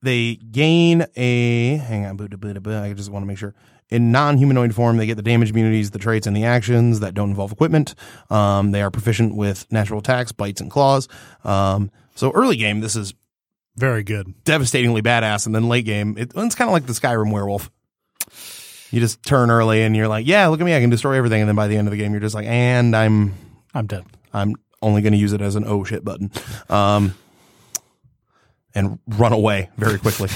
A: they gain a hang on. boo da boo da boo. I just want to make sure. In non-humanoid form, they get the damage immunities, the traits, and the actions that don't involve equipment. Um, they are proficient with natural attacks, bites, and claws. Um, so early game, this is
B: Very good.
A: devastatingly badass, and then late game, it, it's kind of like the Skyrim werewolf. You just turn early, and you're like, "Yeah, look at me, I can destroy everything." And then by the end of the game, you're just like, "And I'm
B: I'm dead.
A: I'm only going to use it as an oh shit button, um, and run away very quickly.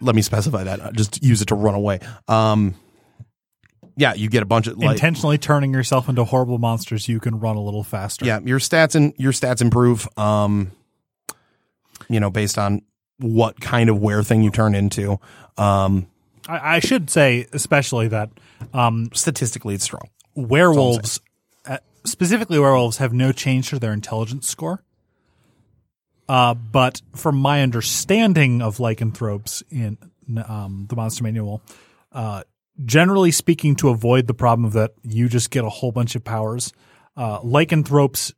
A: Let me specify that. Uh, Just use it to run away. Um, yeah, you get a bunch of like,
B: Intentionally turning yourself into horrible monsters, you can run a little faster.
A: yeah, your stats and your stats improve. Um, you know, based on what kind of wear thing you turn into. Um,
B: I, I should say, especially, that um,
A: statistically, it's strong.
B: werewolves, uh, specifically werewolves, have no change to their intelligence score. Uh, but from my understanding of lycanthropes in um, the Monster Manual, uh, generally speaking, to avoid the problem of that you just get a whole bunch of powers, uh, lycanthropes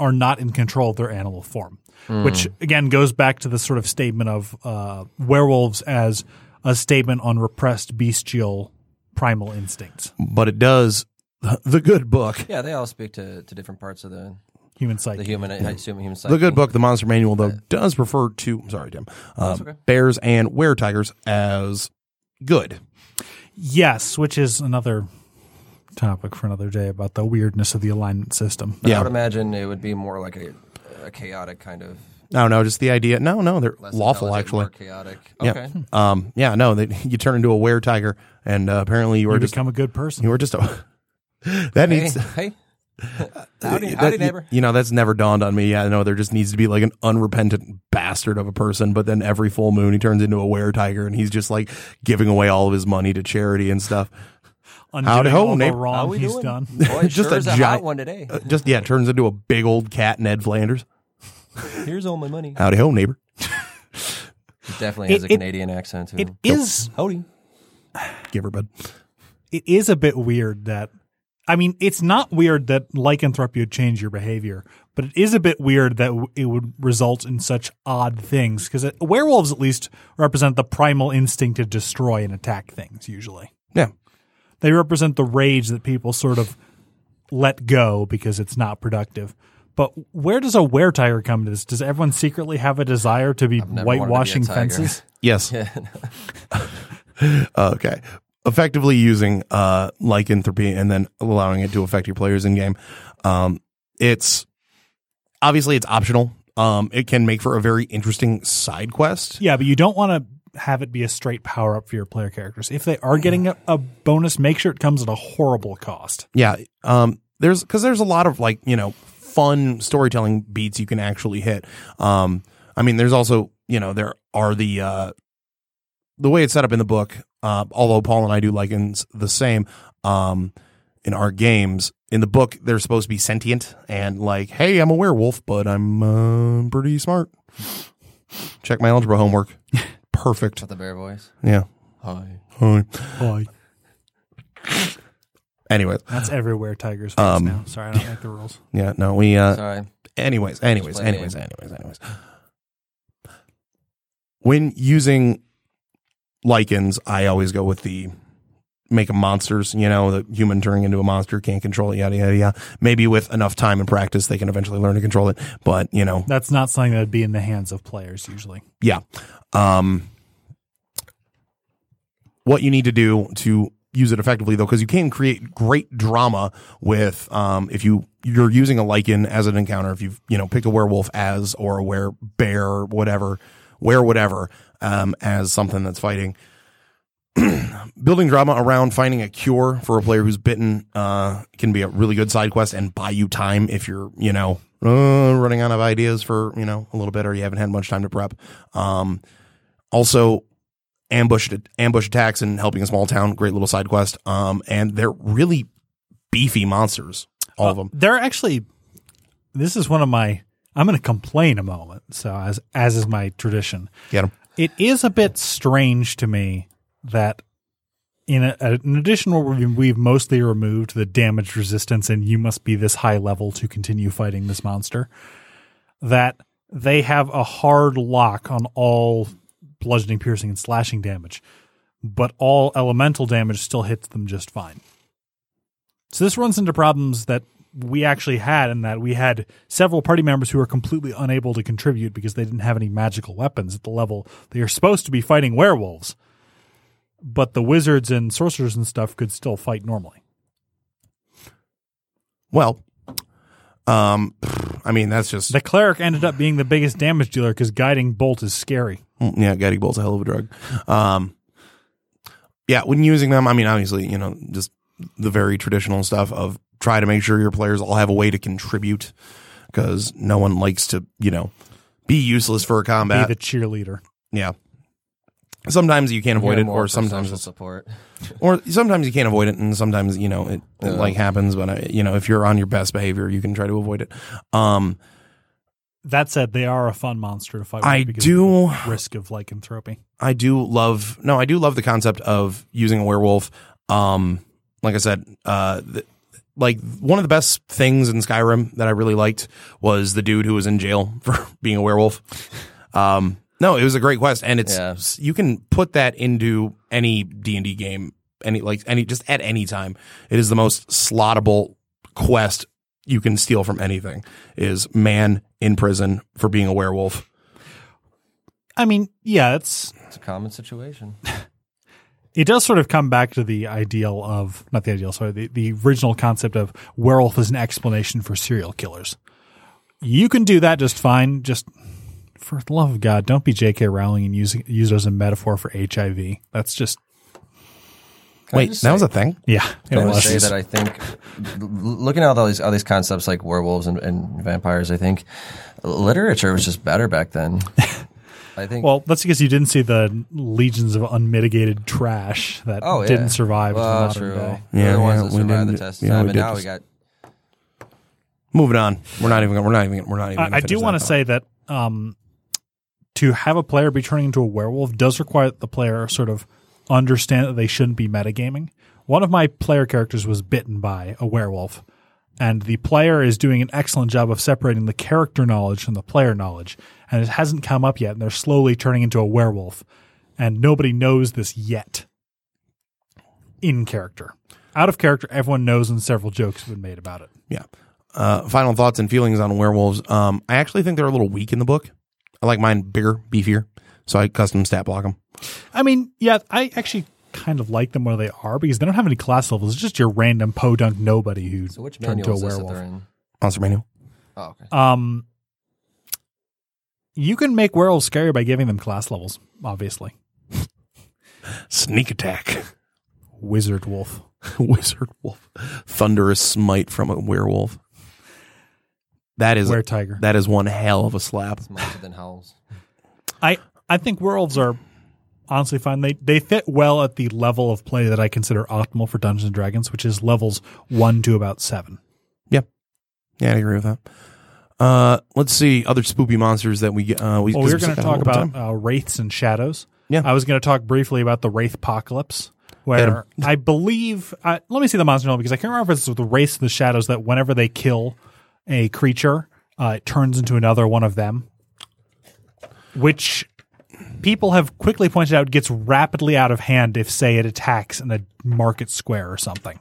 B: are not in control of their animal form, which again goes back to the sort of statement of uh, werewolves as a statement on repressed bestial primal instincts,
A: But it does the good book.
C: Yeah, they all speak to, to different parts of the,
B: human psyche.
C: the human. I assume human psyche.
A: The good book, The Monster Manual, though, does refer to I'm sorry, Tim, uh, bears and were tigers as good.
B: Yes, which is another topic for another day about the weirdness of the alignment system.
C: I
A: Yeah,
C: would
A: I
C: imagine it would be more like a, a chaotic kind of
A: don't know, just the idea. No, no, they're
C: less
A: lawful
C: intelligent,
A: actually.
C: more chaotic.
A: Yeah,
C: Okay.
A: um, yeah, no, they, you turn into a were tiger, and uh, apparently you were
B: You
A: just
B: become a good person.
A: you were just a that
C: Hey,
A: needs
C: hey, Howdy,
A: That-
C: howdy, neighbor.
A: You know, that's never dawned on me. Yeah, I know there just needs to be like an unrepentant bastard of a person, but then every full moon he turns into a were tiger and he's just like giving away all of his money to charity and stuff.
B: Undoing
A: Howdy ho,
B: all the
A: neighbor.
C: How
B: wrong
C: we
B: he's
C: doing?
B: done.
C: Boy, it
A: Just
C: sure
A: a
C: is a
A: giant-
C: hot one today.
A: Uh, Just yeah, turns into a big old cat Ned Flanders.
C: Here's all my money.
A: Howdy ho, neighbor.
C: It definitely has
B: It-
C: a
B: it-
C: Canadian accent too.
B: It is
C: howdy.
A: Give her bud.
B: it is a bit weird that I mean, it's not weird that lycanthropy would change your behavior, but it is a bit weird that w- it would result in such odd things because werewolves at least represent the primal instinct to destroy and attack things usually.
A: Yeah.
B: They represent the rage that people sort of let go because it's not productive. But where does a were tiger come to this? Does everyone secretly have a desire to be
C: never wanted to be a
B: whitewashing
C: tiger.
B: fences?
A: Yes. Uh, okay. Effectively using uh, lycanthropy and then allowing it to affect your players in game. Um, it's obviously it's optional. Um, it can make for a very interesting side quest.
B: Yeah, but you don't want to have it be a straight power up for your player characters. If they are getting a, a bonus, make sure it comes at a horrible cost.
A: Yeah. Um, there's because there's a lot of like you know fun storytelling beats you can actually hit. Um, I mean, there's also you know there are the uh, the way it's set up in the book. Uh, although Paul and I do like in the same um, in our games. In the book, they're supposed to be sentient and like, hey, I'm a werewolf, but I'm uh, pretty smart. Check my algebra homework. Perfect.
C: Not the bear voice.
A: Yeah.
C: Hi.
A: Hi.
B: Boy,
A: Anyways,
B: that's everywhere Tigers face
A: Um,
B: now. Sorry, I don't like the rules.
A: yeah, no, we uh,
C: Sorry.
A: anyways, anyways,
C: Explain it.
A: anyways, anyways, anyways. When using lichens, I always go with the make 'em monsters, you know, the human turning into a monster can't control it, yada, yada, yada. Maybe with enough time and practice, they can eventually learn to control it. But, you know,
B: That's not something that would be in the hands of players usually.
A: yeah. Um, what you need to do to use it effectively, though, because you can create great drama with um, if you you're using a lichen as an encounter. If you've you know picked a werewolf as or a were bear, whatever, where whatever um, as something that's fighting. Building drama around finding a cure for a player who's bitten uh, can be a really good side quest and buy you time if you're, you know, uh, running out of ideas for, you know, a little bit or you haven't had much time to prep. Um, also, ambush ambush attacks and helping a small town, great little side quest. Um, and they're really beefy monsters, all of them.
B: They're Uh, actually. This is one of my. I'm going to complain a moment. So as as is my tradition,
A: Get 'em.
B: it is a bit strange to me that in a, an edition where we've, we've mostly removed the damage resistance and you must be this high level to continue fighting this monster, that they have a hard lock on all bludgeoning, piercing, and slashing damage, but all elemental damage still hits them just fine. So this runs into problems that we actually had in that we had several party members who were completely unable to contribute because they didn't have any magical weapons at the level they are supposed to be fighting werewolves. But the wizards and sorcerers and stuff could still fight normally.
A: Well, um, I mean that's just
B: The cleric ended up being the biggest damage dealer because guiding bolt is scary.
A: Mm, Yeah, guiding bolt's a hell of a drug. Um, yeah, when using them, I mean, obviously, you know, just the very traditional stuff of try to make sure your players all have a way to contribute because no one likes to, you know, be useless for a
B: Be
A: combat.
B: the cheerleader.
A: yeah. Sometimes you can't avoid
C: You're
A: it,
C: more
A: or
C: for
A: sometimes
C: social
A: it's,
C: support.
A: or sometimes you can't avoid it, and sometimes you know it, it
C: Yeah.
A: like happens. But I, you know, if you're on your best behavior, you can try to avoid it. Um,
B: That said, they are a fun monster to fight.
A: I
B: with because
A: do-
B: of the risk of lycanthropy.
A: I do love no, I do love the concept of using a werewolf. Um, like I said, uh, th- like one of the best things in Skyrim that I really liked was the dude who was in jail for being a werewolf. Um, no, it was a great quest, and it's
C: Yeah.
A: you can put that into any D and D game, any like any just at any time. It is the most slottable quest you can steal from anything. Is man in prison for being a werewolf?
B: I mean, yeah, it's
C: It's a common situation.
B: it does sort of come back to the ideal of not the ideal sorry the, the original concept of werewolf as an explanation for serial killers you can do that just fine just for the love of god don't be jk rowling and use, use it as a metaphor for hiv that's just
A: Wait, that was a thing.
B: Yeah, it
C: I would
B: was.
C: say that I think l- looking at all these all these concepts like werewolves and, and vampires, I think literature was just better back then. I think.
B: well, that's because you didn't see the legions of unmitigated trash that
C: oh, yeah.
B: didn't survive
C: Well,
B: to modern
C: true.
B: day.
C: They're
A: Yeah,
C: the
A: yeah,
C: ones that
A: we
C: survived the
A: didn't-
C: test of
A: yeah,
C: time,
A: we
C: but
A: did
C: now we
A: just-
C: got
A: Moving on. We're not even. gonna- We're not even. We're not even.
B: I,
A: gonna
B: I do
A: finish
B: want to
A: that
B: say that um, to have a player be turning into a werewolf does require that the player sort of understand that they shouldn't be metagaming. One of my player characters was bitten by a werewolf, and the player is doing an excellent job of separating the character knowledge from the player knowledge, and it hasn't come up yet, and they're slowly turning into a werewolf, and nobody knows this yet. In character, out of character, everyone knows, and several jokes have been made about it.
A: Yeah. Uh, final thoughts and feelings on werewolves. Um, I actually think they're a little weak in the book. I like mine bigger, beefier, so I custom stat block them.
B: I mean, yeah, I actually kind of like them where they are because they don't have any class levels. It's just your random podunk nobody who
C: so which
B: turned to
C: manual
B: a
C: is this that they're
B: werewolf.
C: in?
A: Monster manual.
C: Oh, okay.
B: Um, you can make werewolves scarier by giving them class levels, obviously.
A: Sneak attack.
B: Wizard wolf.
A: Wizard wolf. Thunderous smite from a werewolf. That is
B: Were tiger.
A: that is one hell of a slap.
C: It's monster than howls.
B: I, I think werewolves are honestly fine. They they fit well at the level of play that I consider optimal for Dungeons and Dragons, which is levels one to about seven.
A: Yeah. Yeah, I agree with that. Uh, let's see other spoopy monsters that we uh we,
B: Well,
A: 'cause
B: we were
A: we've
B: going to
A: got a
B: talk
A: little
B: about
A: time.
B: uh, wraiths and shadows.
A: Yeah.
B: I was going to talk briefly about the wraith apocalypse, where I believe. Uh, let me see the monster novel because I can't remember if it's with the wraiths and the shadows that whenever they kill a creature, uh, it turns into another one of them, which people have quickly pointed out gets rapidly out of hand if, say, it attacks in a market square or something.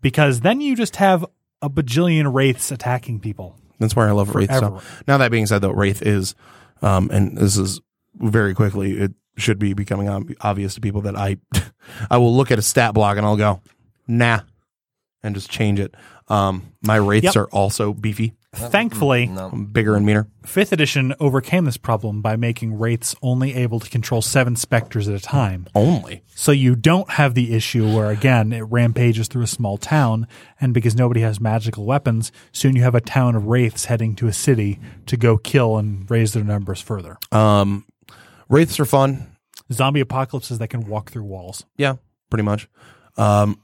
B: Because then you just have a bajillion wraiths attacking people.
A: That's where I love Wraith.
B: Forever.
A: So now that being said, though, Wraith is, um, and this is very quickly, it should be becoming ob- obvious to people that I, I will look at a stat block and I'll go, nah, and just change it. Um, my wraiths
B: Yep.
A: are also beefy,
B: Thankfully,
A: bigger and meaner.
B: Fifth edition overcame this problem by making wraiths only able to control seven specters at a time.
A: Only
B: So you don't have the issue where, again, it rampages through a small town, and because nobody has magical weapons, soon you have a town of wraiths heading to a city to go kill and raise their numbers further.
A: wraiths are fun.
B: Zombie apocalypses that can walk through walls.
A: Yeah, pretty much. Um,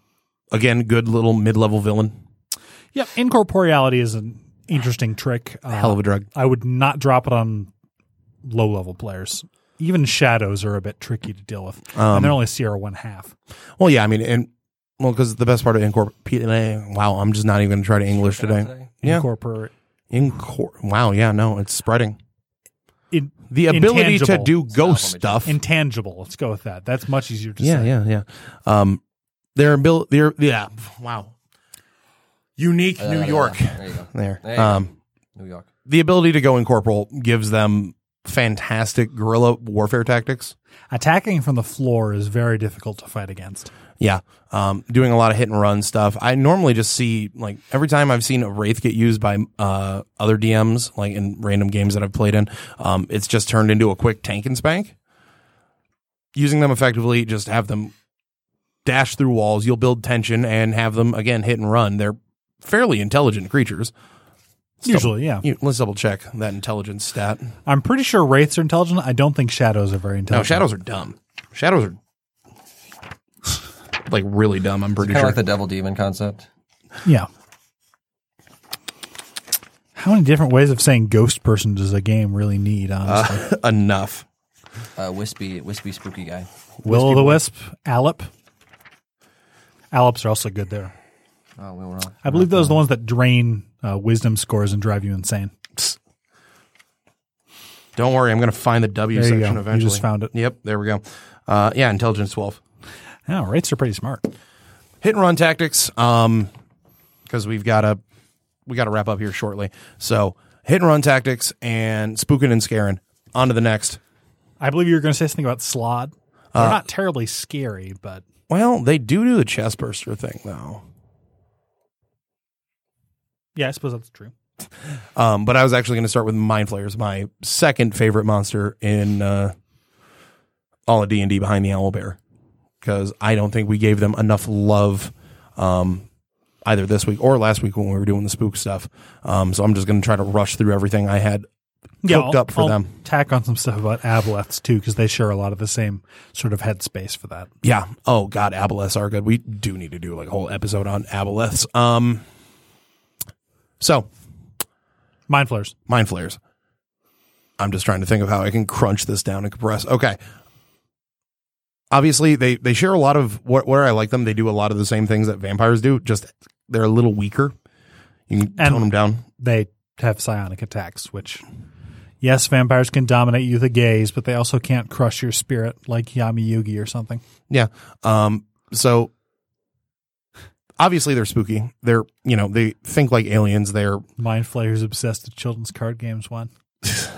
A: again, good little mid-level villain.
B: Yeah, incorporeality is an interesting trick. Uh,
A: Hell of a drug.
B: I would not drop it on low level players. Even shadows are a bit tricky to deal with, and
A: Um,
B: they're only CR one half.
A: Well, yeah, I mean, and well, because the best part of incorporate. Wow, I'm just not even going to try to English today. Yeah,
B: Incorporate
A: Incor- wow, yeah, no, it's spreading.
B: in,
A: The ability to
B: Intangible.
A: do ghost stuff.
B: intangible. Let's go with that. That's much easier to
A: yeah,
B: say.
A: yeah, yeah. Um, their ability, their yeah, wow. Unique New York.
C: Uh, There you go.
A: There.
C: There you go.
A: Um,
C: New York.
A: the ability to go incorporeal gives them fantastic guerrilla warfare tactics.
B: Attacking from the floor is very difficult to fight against.
A: Yeah. Um, doing a lot of hit and run stuff. I normally just see like every time I've seen a Wraith get used by uh, other DMs, like in random games that I've played in, um, it's just turned into a quick tank and spank. Using them effectively, just have them dash through walls. You'll build tension and have them again hit and run. They're fairly intelligent creatures.
B: Usually, yeah.
A: You, let's double check that intelligence stat.
B: I'm pretty sure wraiths are intelligent. I don't think shadows are very
A: No,
B: intelligent.
A: shadows are dumb. Shadows are like really dumb. I'm pretty
C: Kind of
A: sure.
C: like the devil demon concept.
B: Yeah. How many different ways of saying ghost person does a game really need?
A: Uh,
B: Honestly,
A: Enough.
C: Uh, wispy, wispy, spooky guy.
B: Will o' the Wisp, Alep. Aleps are also good there.
C: Oh, we were wrong.
B: I believe those are the ones that drain uh, wisdom scores and drive you insane.
A: Don't worry, I'm going to find the W
B: There you
A: section
B: go. You
A: eventually.
B: just found it.
A: Yep, there we go. Uh, yeah, intelligence 12.
B: Yeah, wraiths are pretty smart.
A: Hit and run tactics. Um, because we've got to we got to wrap up here shortly. So hit and run tactics and spooking and scaring. On to the next.
B: I believe you were going to say something about Slod. They're
A: Uh,
B: not terribly scary, but
A: Well, they do do the chest burster thing though.
B: yeah, I suppose that's true.
A: Um, but I was actually going to start with mind flayers, my second favorite monster in uh, all of D and D behind the owl bear. because I don't think we gave them enough love um, either this week or last week when we were doing the spook stuff. Um, so I'm just going to try to rush through everything I had cooked
B: I'll-
A: up for
B: I'll
A: them.
B: Tack on some stuff about aboleths too, because they share a lot of the same sort of headspace for that.
A: Yeah. Oh God, aboleths are good. We do need to do like a whole episode on aboleths. Um. So
B: Mind flares.
A: mind flares. I'm just trying to think of how I can crunch this down and compress. Okay. Obviously, they they share a lot of what where I like them. They do a lot of the same things that vampires do. Just they're a little weaker. You can
B: And-
A: tone them down.
B: They have psionic attacks, which yes, vampires can dominate you with a gaze, but they also can't crush your spirit like Yami Yugi or something.
A: Yeah. Um. So obviously they're spooky. They're you know they think like aliens. They're
B: Mind flayers obsessed with children's card games one.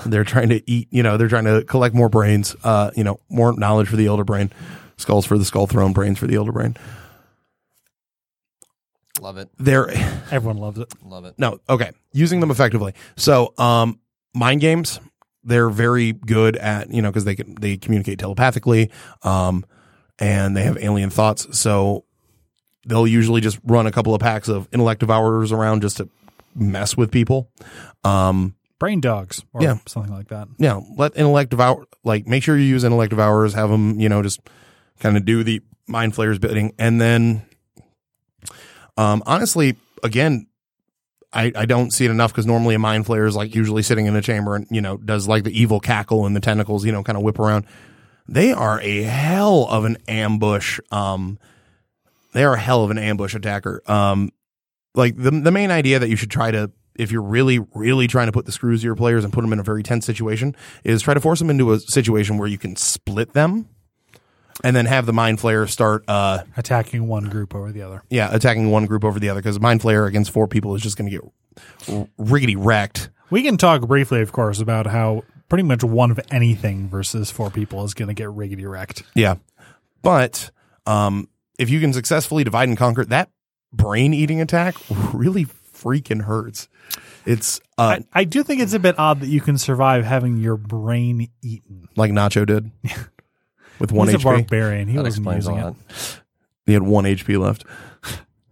A: they're trying to eat you know they're trying to collect more brains uh you know more knowledge for the elder brain skulls for the skull throne brains for the elder brain
C: Love it.
A: they're
B: Everyone loves it.
C: Love it.
A: no okay using them effectively so um mind games they're very good at you know because they can they communicate telepathically um and they have alien thoughts so they'll usually just run a couple of packs of intellect devourers around just to mess with people um
B: Brain dogs or
A: Yeah.
B: something like that.
A: Yeah, let intellect devour. Like, make sure you use intellect devourers. Have them, you know, just kind of do the mind flayers bidding, and then, um, honestly, again, I I don't see it enough because normally a mind flayer is like usually sitting in a chamber and you know does like the evil cackle and the tentacles, you know, kind of whip around. They are a hell of an ambush. Um, they are a hell of an ambush attacker. Um, like the the main idea that you should try to if you're really really trying to put the screws to your players and put them in a very tense situation is try to force them into a situation where you can split them and then have the mind flayer start uh
B: Attacking one group over the other.
A: yeah attacking one group over the other because mind flayer against four people is just going to get r- riggedy wrecked
B: We can talk briefly, of course, about how pretty much one of anything versus four people is going to get riggedy wrecked.
A: yeah but um if you can successfully divide and conquer that brain eating attack really freaking hurts it's uh
B: I, I do think it's a bit odd that you can survive having your brain eaten.
A: like nacho did with one
B: He's
A: hp
B: a barbarian. He
C: That
B: wasn't
C: explains a
B: using
C: lot.
B: it.
A: He had one HP left.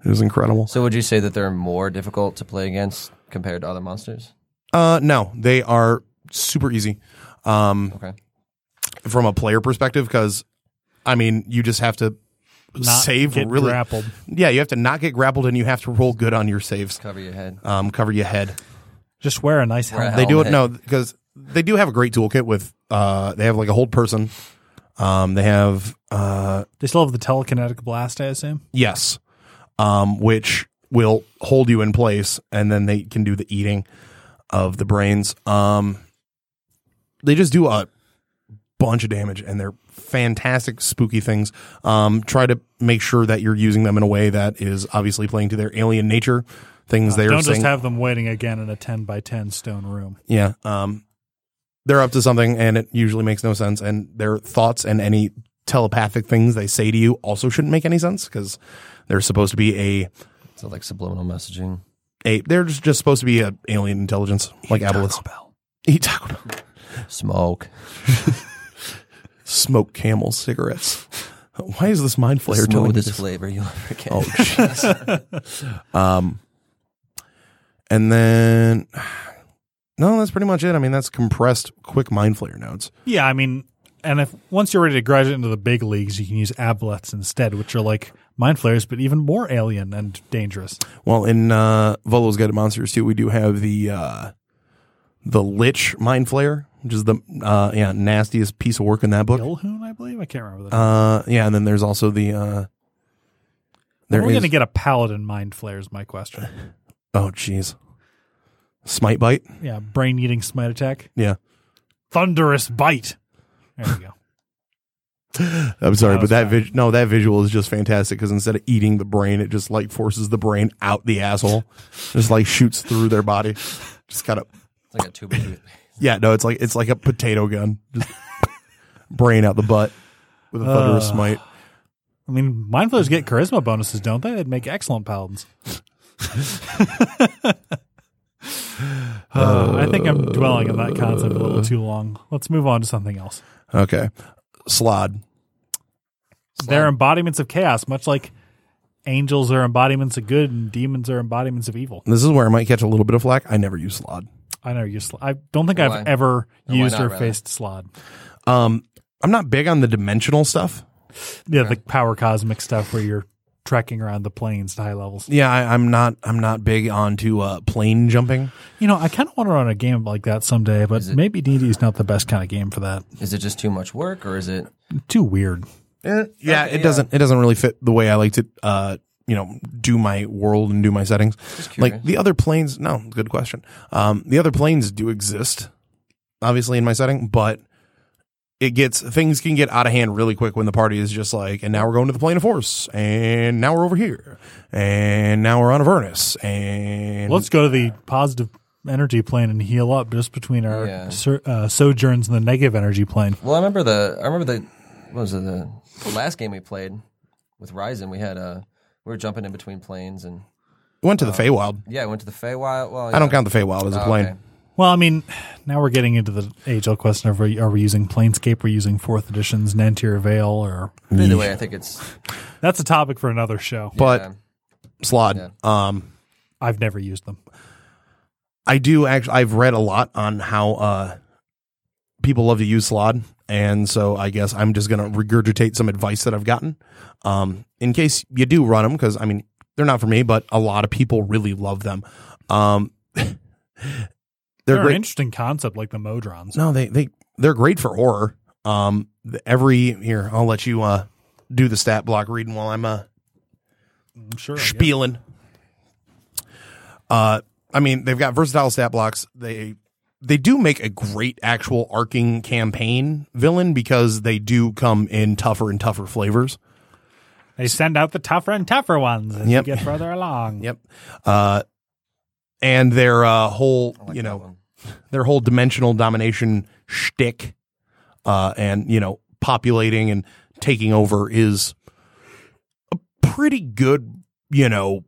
A: It was incredible.
C: So would you say that they're more difficult to play against compared to other monsters?
A: Uh, no, they are super easy. Um,
C: Okay.
A: from a player perspective, because I mean, you just have to
B: Not
A: save
B: get
A: really.
B: grappled.
A: Yeah, you have to not get grappled, and you have to roll good on your saves.
C: Cover your head.
A: Um, cover your head.
B: Just wear a nice
C: Wear a
B: helmet.
A: They do it
C: Helmet.
A: no because they do have a great toolkit with. Uh, they have like a hold person. Um, they have uh,
B: They still have the telekinetic blast, I assume.
A: Yes. Um, which will hold you in place and then they can do the eating of the brains. Um, they just do a bunch of damage and they're fantastic spooky things. Um, try to make sure that you're using them in a way that is obviously playing to their alien nature. Things they are
B: Uh, Don't just
A: saying,
B: have them waiting again in a 10 by 10 stone room.
A: yeah. Um, they're up to something and it usually makes no sense. And their thoughts and any telepathic things they say to you also shouldn't make any sense because they're supposed to be a
C: So like subliminal messaging.
A: a they're just, just supposed to be an alien intelligence like aboleths. Eat Taco Bell.
C: Smoke.
A: Smoke camel cigarettes. Why is this mind flayer telling me
C: Smoothest
A: this?
C: flavor you'll ever get.
A: Oh jeez. um and then no, that's pretty much it. I mean, that's compressed quick mind flayer nodes.
B: Yeah, I mean, and if once you're ready to graduate into the big leagues, you can use aboleths instead, which are like mind flayers, but even more alien and dangerous.
A: Well, in uh Volo's Guided Monsters too, we do have the uh the Lich Mind Flayer, which is the uh yeah, nastiest piece of work in that book.
B: Ilhun, I believe. I can't remember that.
A: Uh yeah, and then there's also the uh
B: We're
A: there
B: going
A: is-
B: to get a paladin mind flayer is my question.
A: Oh, jeez. Smite bite.
B: Yeah, brain eating smite attack.
A: Yeah,
B: Thunderous bite. There you go.
A: I'm sorry,
B: That
A: but
B: was
A: that
B: bad.
A: vid- no, that visual is just fantastic because instead of eating the brain, it just like forces the brain out the asshole, just like shoots through their body. Just kind of
C: It's like a tube of toothpaste.
A: yeah, no, it's like it's like a potato gun, just brain out the butt with a thunderous
B: Ugh.
A: smite.
B: I mean, mind flayers get charisma bonuses, don't they? They'd make excellent paladins. Uh, I think I'm dwelling on that concept a little too long. Let's move on to something else.
A: Okay, slod.
B: they're embodiments of chaos, much like angels are embodiments of good and demons are embodiments of evil.
A: This is where I might catch a little bit of flack. I never use slod.
B: I know you. Sl- I don't think I've
C: Why?
B: ever
C: why
B: used
C: not,
B: or
C: rather?
B: faced Slod.
A: Um, I'm not big on the dimensional stuff.
B: Yeah, the power cosmic stuff where you're trekking around the planes to high levels.
A: Yeah, I, I'm not. I'm not big onto uh, plane jumping.
B: You know, I kind of want to run a game like that someday, but maybe D&D is not the best kind of game for that.
C: Is it just too much work, or is it?
B: Too weird.
A: Eh, yeah,
C: Okay,
A: it
C: yeah.
A: doesn't. It doesn't really fit the way I like to. Uh, you know, do my world and do my settings. Like
C: curious.
A: the other planes. No, good question. Um, the other planes do exist, obviously in my setting, but it gets things can get out of hand really quick when the party is just like, and now we're going to the plane of force, and now we're over here, and now we're on Avernus, and
B: Let's go to the positive energy plane and heal up just between our
C: Yeah.
B: ser- uh, sojourns in the negative energy plane.
C: Well, I remember the. I remember the. What was it? The, the last game we played with Ryzen, we had uh We were jumping in between planes, and
A: went to the Feywild.
C: yeah, we went to the Feywild. Well,
A: I don't count the Feywild
C: Oh,
A: as a plane.
B: Well, I mean, now we're getting into the age old question of are we, are we using Planescape? We're using fourth edition's Nantir Vale, or
C: count. Either way, I think it's
B: that's a topic for another show.
A: But
C: yeah.
A: Slod, um,
B: I've never used them.
A: I do actually. I've read a lot on how uh, people love to use Slod, and so I guess I'm just going to regurgitate some advice that I've gotten um, in case you do run them. Because I mean, they're not for me, but a lot of people really love them. Um,
B: They're,
A: they're
B: an
A: great.
B: interesting concept, like the Modrons.
A: No, they they they're great for horror. Um, the- every here, I'll let you uh, do the stat block reading while I'm uh,
B: I'm sure. I guess.
A: spieling. Uh, I mean, they've got versatile stat blocks. They they do make a great actual arcing campaign villain because they do come in tougher and tougher flavors.
B: They send out the tougher and tougher ones as
A: Yep.
B: you get further along.
A: Yep. Uh, and their uh, whole you
C: that
A: know
C: one.
A: their whole dimensional domination shtick, uh, and you know populating and taking over is a pretty good you know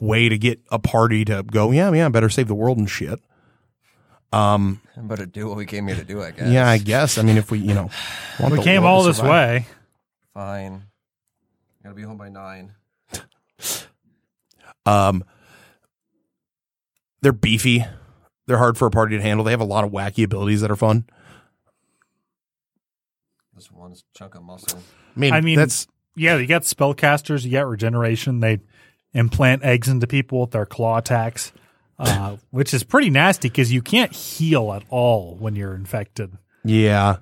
A: way to get a party to go. Yeah, yeah, better save the world and shit. Um.
C: I'm about to do what we came here to do. I guess.
A: Yeah, I guess. I mean, if we you know want
B: We
A: the
B: came
A: world
B: all
A: to
B: this
A: survive.
B: way.
C: Fine. Gotta be home by nine.
A: Um, they're beefy. They're hard for a party to handle. They have a lot of wacky abilities that are fun.
C: This one chunk of muscle.
A: I mean,
B: I mean,
A: that's
B: Yeah, you got spellcasters, you got regeneration. They implant eggs into people with their claw attacks, uh, which is pretty nasty because you can't heal at all when you're infected.
A: yeah,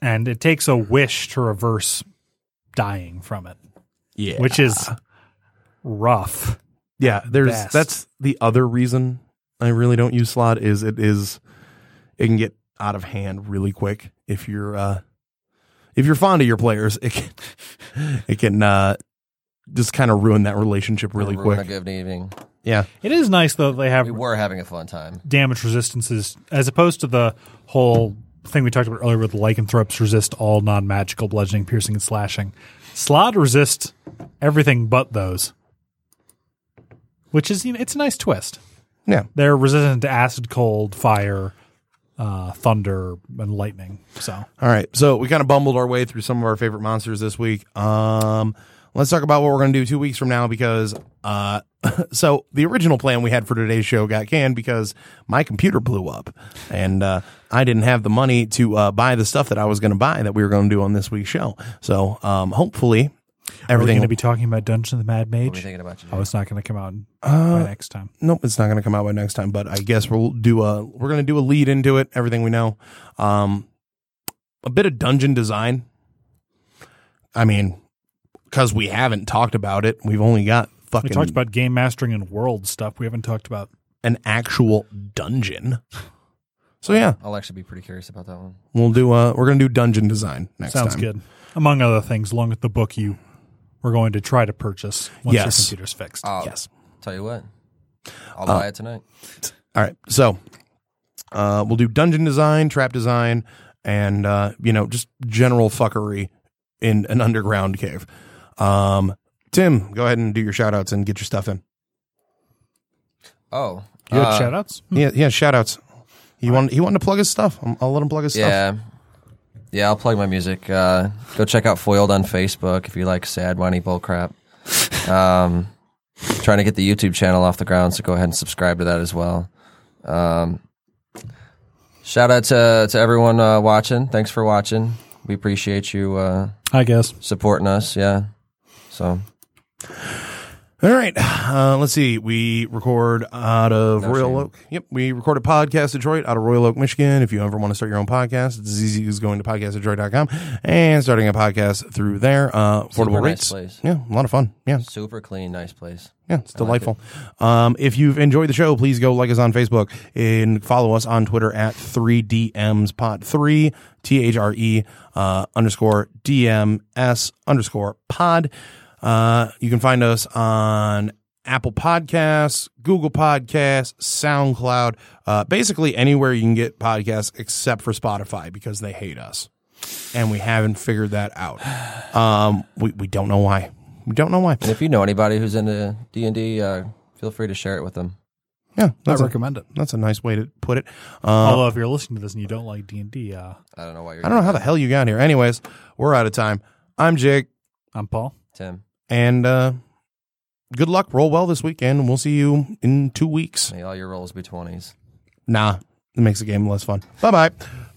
B: And it takes a wish to reverse dying from it,
A: yeah,
B: which is rough.
A: yeah. There's
B: best.
A: that's the other reason I really don't use slot is it is it can get out of hand really quick if you're uh if you're fond of your players it can it can uh just kind of ruin that relationship really
C: We're
A: quick.
C: having a good evening.
A: Yeah,
B: It is nice, though, that they have
C: We were having a fun time.
B: damage resistances as opposed to the whole thing we talked about earlier with lycanthropes resist all non-magical bludgeoning piercing and slashing slod resist everything but those which is you know, it's a nice twist
A: yeah.
B: they're resistant to acid cold fire uh, thunder and lightning so
A: All right. So we kind of bumbled our way through some of our favorite monsters this week. Um, let's talk about what we're going to do two weeks from now because, uh, so the original plan we had for today's show got canned because my computer blew up and, uh, I didn't have the money to, uh, buy the stuff that I was going to buy that we were going to do on this week's show. So, um, hopefully
B: we're
A: everything
B: going to be talking about dungeon of the mad
C: What were you
B: mage
C: thinking about you?
B: oh it's not going to come out by next time
A: nope, it's not going to come out by next time. But I guess we'll do a we're going to do a lead into it. Everything we know, um, a bit of dungeon design. I mean, because we haven't talked about it, we've only got
B: we
A: fucking
B: talked about game mastering and world stuff we haven't talked about
A: an actual dungeon. So yeah,
C: I'll actually be pretty curious about that one.
A: we'll do. Uh, we're going to do dungeon design next
B: Sounds
A: time.
B: good. Among other things, along with the book you were going to try to purchase once
A: Yes. Uh,
B: your computer's fixed.
C: Oh,
A: Yes.
C: Tell you what, I'll buy it tonight.
A: All right. So uh, we'll do dungeon design, trap design, and uh, you know just general fuckery in an underground cave. Um, Tim, go ahead and do your shout outs and get your stuff in.
C: Oh,
B: you Hmm. have
C: uh,
B: shout outs?
A: Yeah, yeah, shout outs. He wanted he wanted to plug his stuff. I'm- I'll let him plug his stuff.
C: Yeah. yeah, I'll plug my music. Uh, go check out Foiled on Facebook if you like sad, whiny bull crap. Um, trying to get the YouTube channel off the ground, so go ahead and subscribe to that as well. Um, shout out to to everyone uh, watching. Thanks for watching. We appreciate you uh,
B: I guess.
C: supporting us. Yeah. So
A: All right. Uh, let's see. We record out of Royal
C: shame.
A: Oak. Yep. We record a podcast, Detroit, out of Royal Oak, Michigan. If you ever want to start your own podcast, it's as easy as going to podcastdetroit.com and starting a podcast through there. Uh, affordable
C: Super nice
A: rates.
C: place.
A: Yeah. A lot of fun. Yeah.
C: super clean, nice place.
A: Yeah, it's delightful. um, if you've enjoyed the show, please go like us on Facebook and follow us on Twitter at 3DMsPod, 3 T H R E uh, underscore DMS underscore pod. Uh, you can find us on Apple Podcasts, Google Podcasts, SoundCloud, uh, basically anywhere you can get podcasts except for Spotify because they hate us and we haven't figured that out. Um, we, we don't know why. We don't know why.
C: And if you know anybody who's into D and D, uh, feel free to share it with them.
A: Yeah,
B: I
A: that's a-
B: recommend it.
A: That's a nice way to put it. Uh,
B: Although if you're listening to this and you don't like D and D, uh,
C: I don't know why you're.
A: I don't know how the hell you got here. Anyways, we're out of time. I'm Jake,
B: I'm Paul.
C: Tim,
A: and uh, good luck. Roll well this weekend. and We'll see you in two weeks.
C: may all your rolls be twenties.
A: Nah, it makes the game less fun. Bye bye.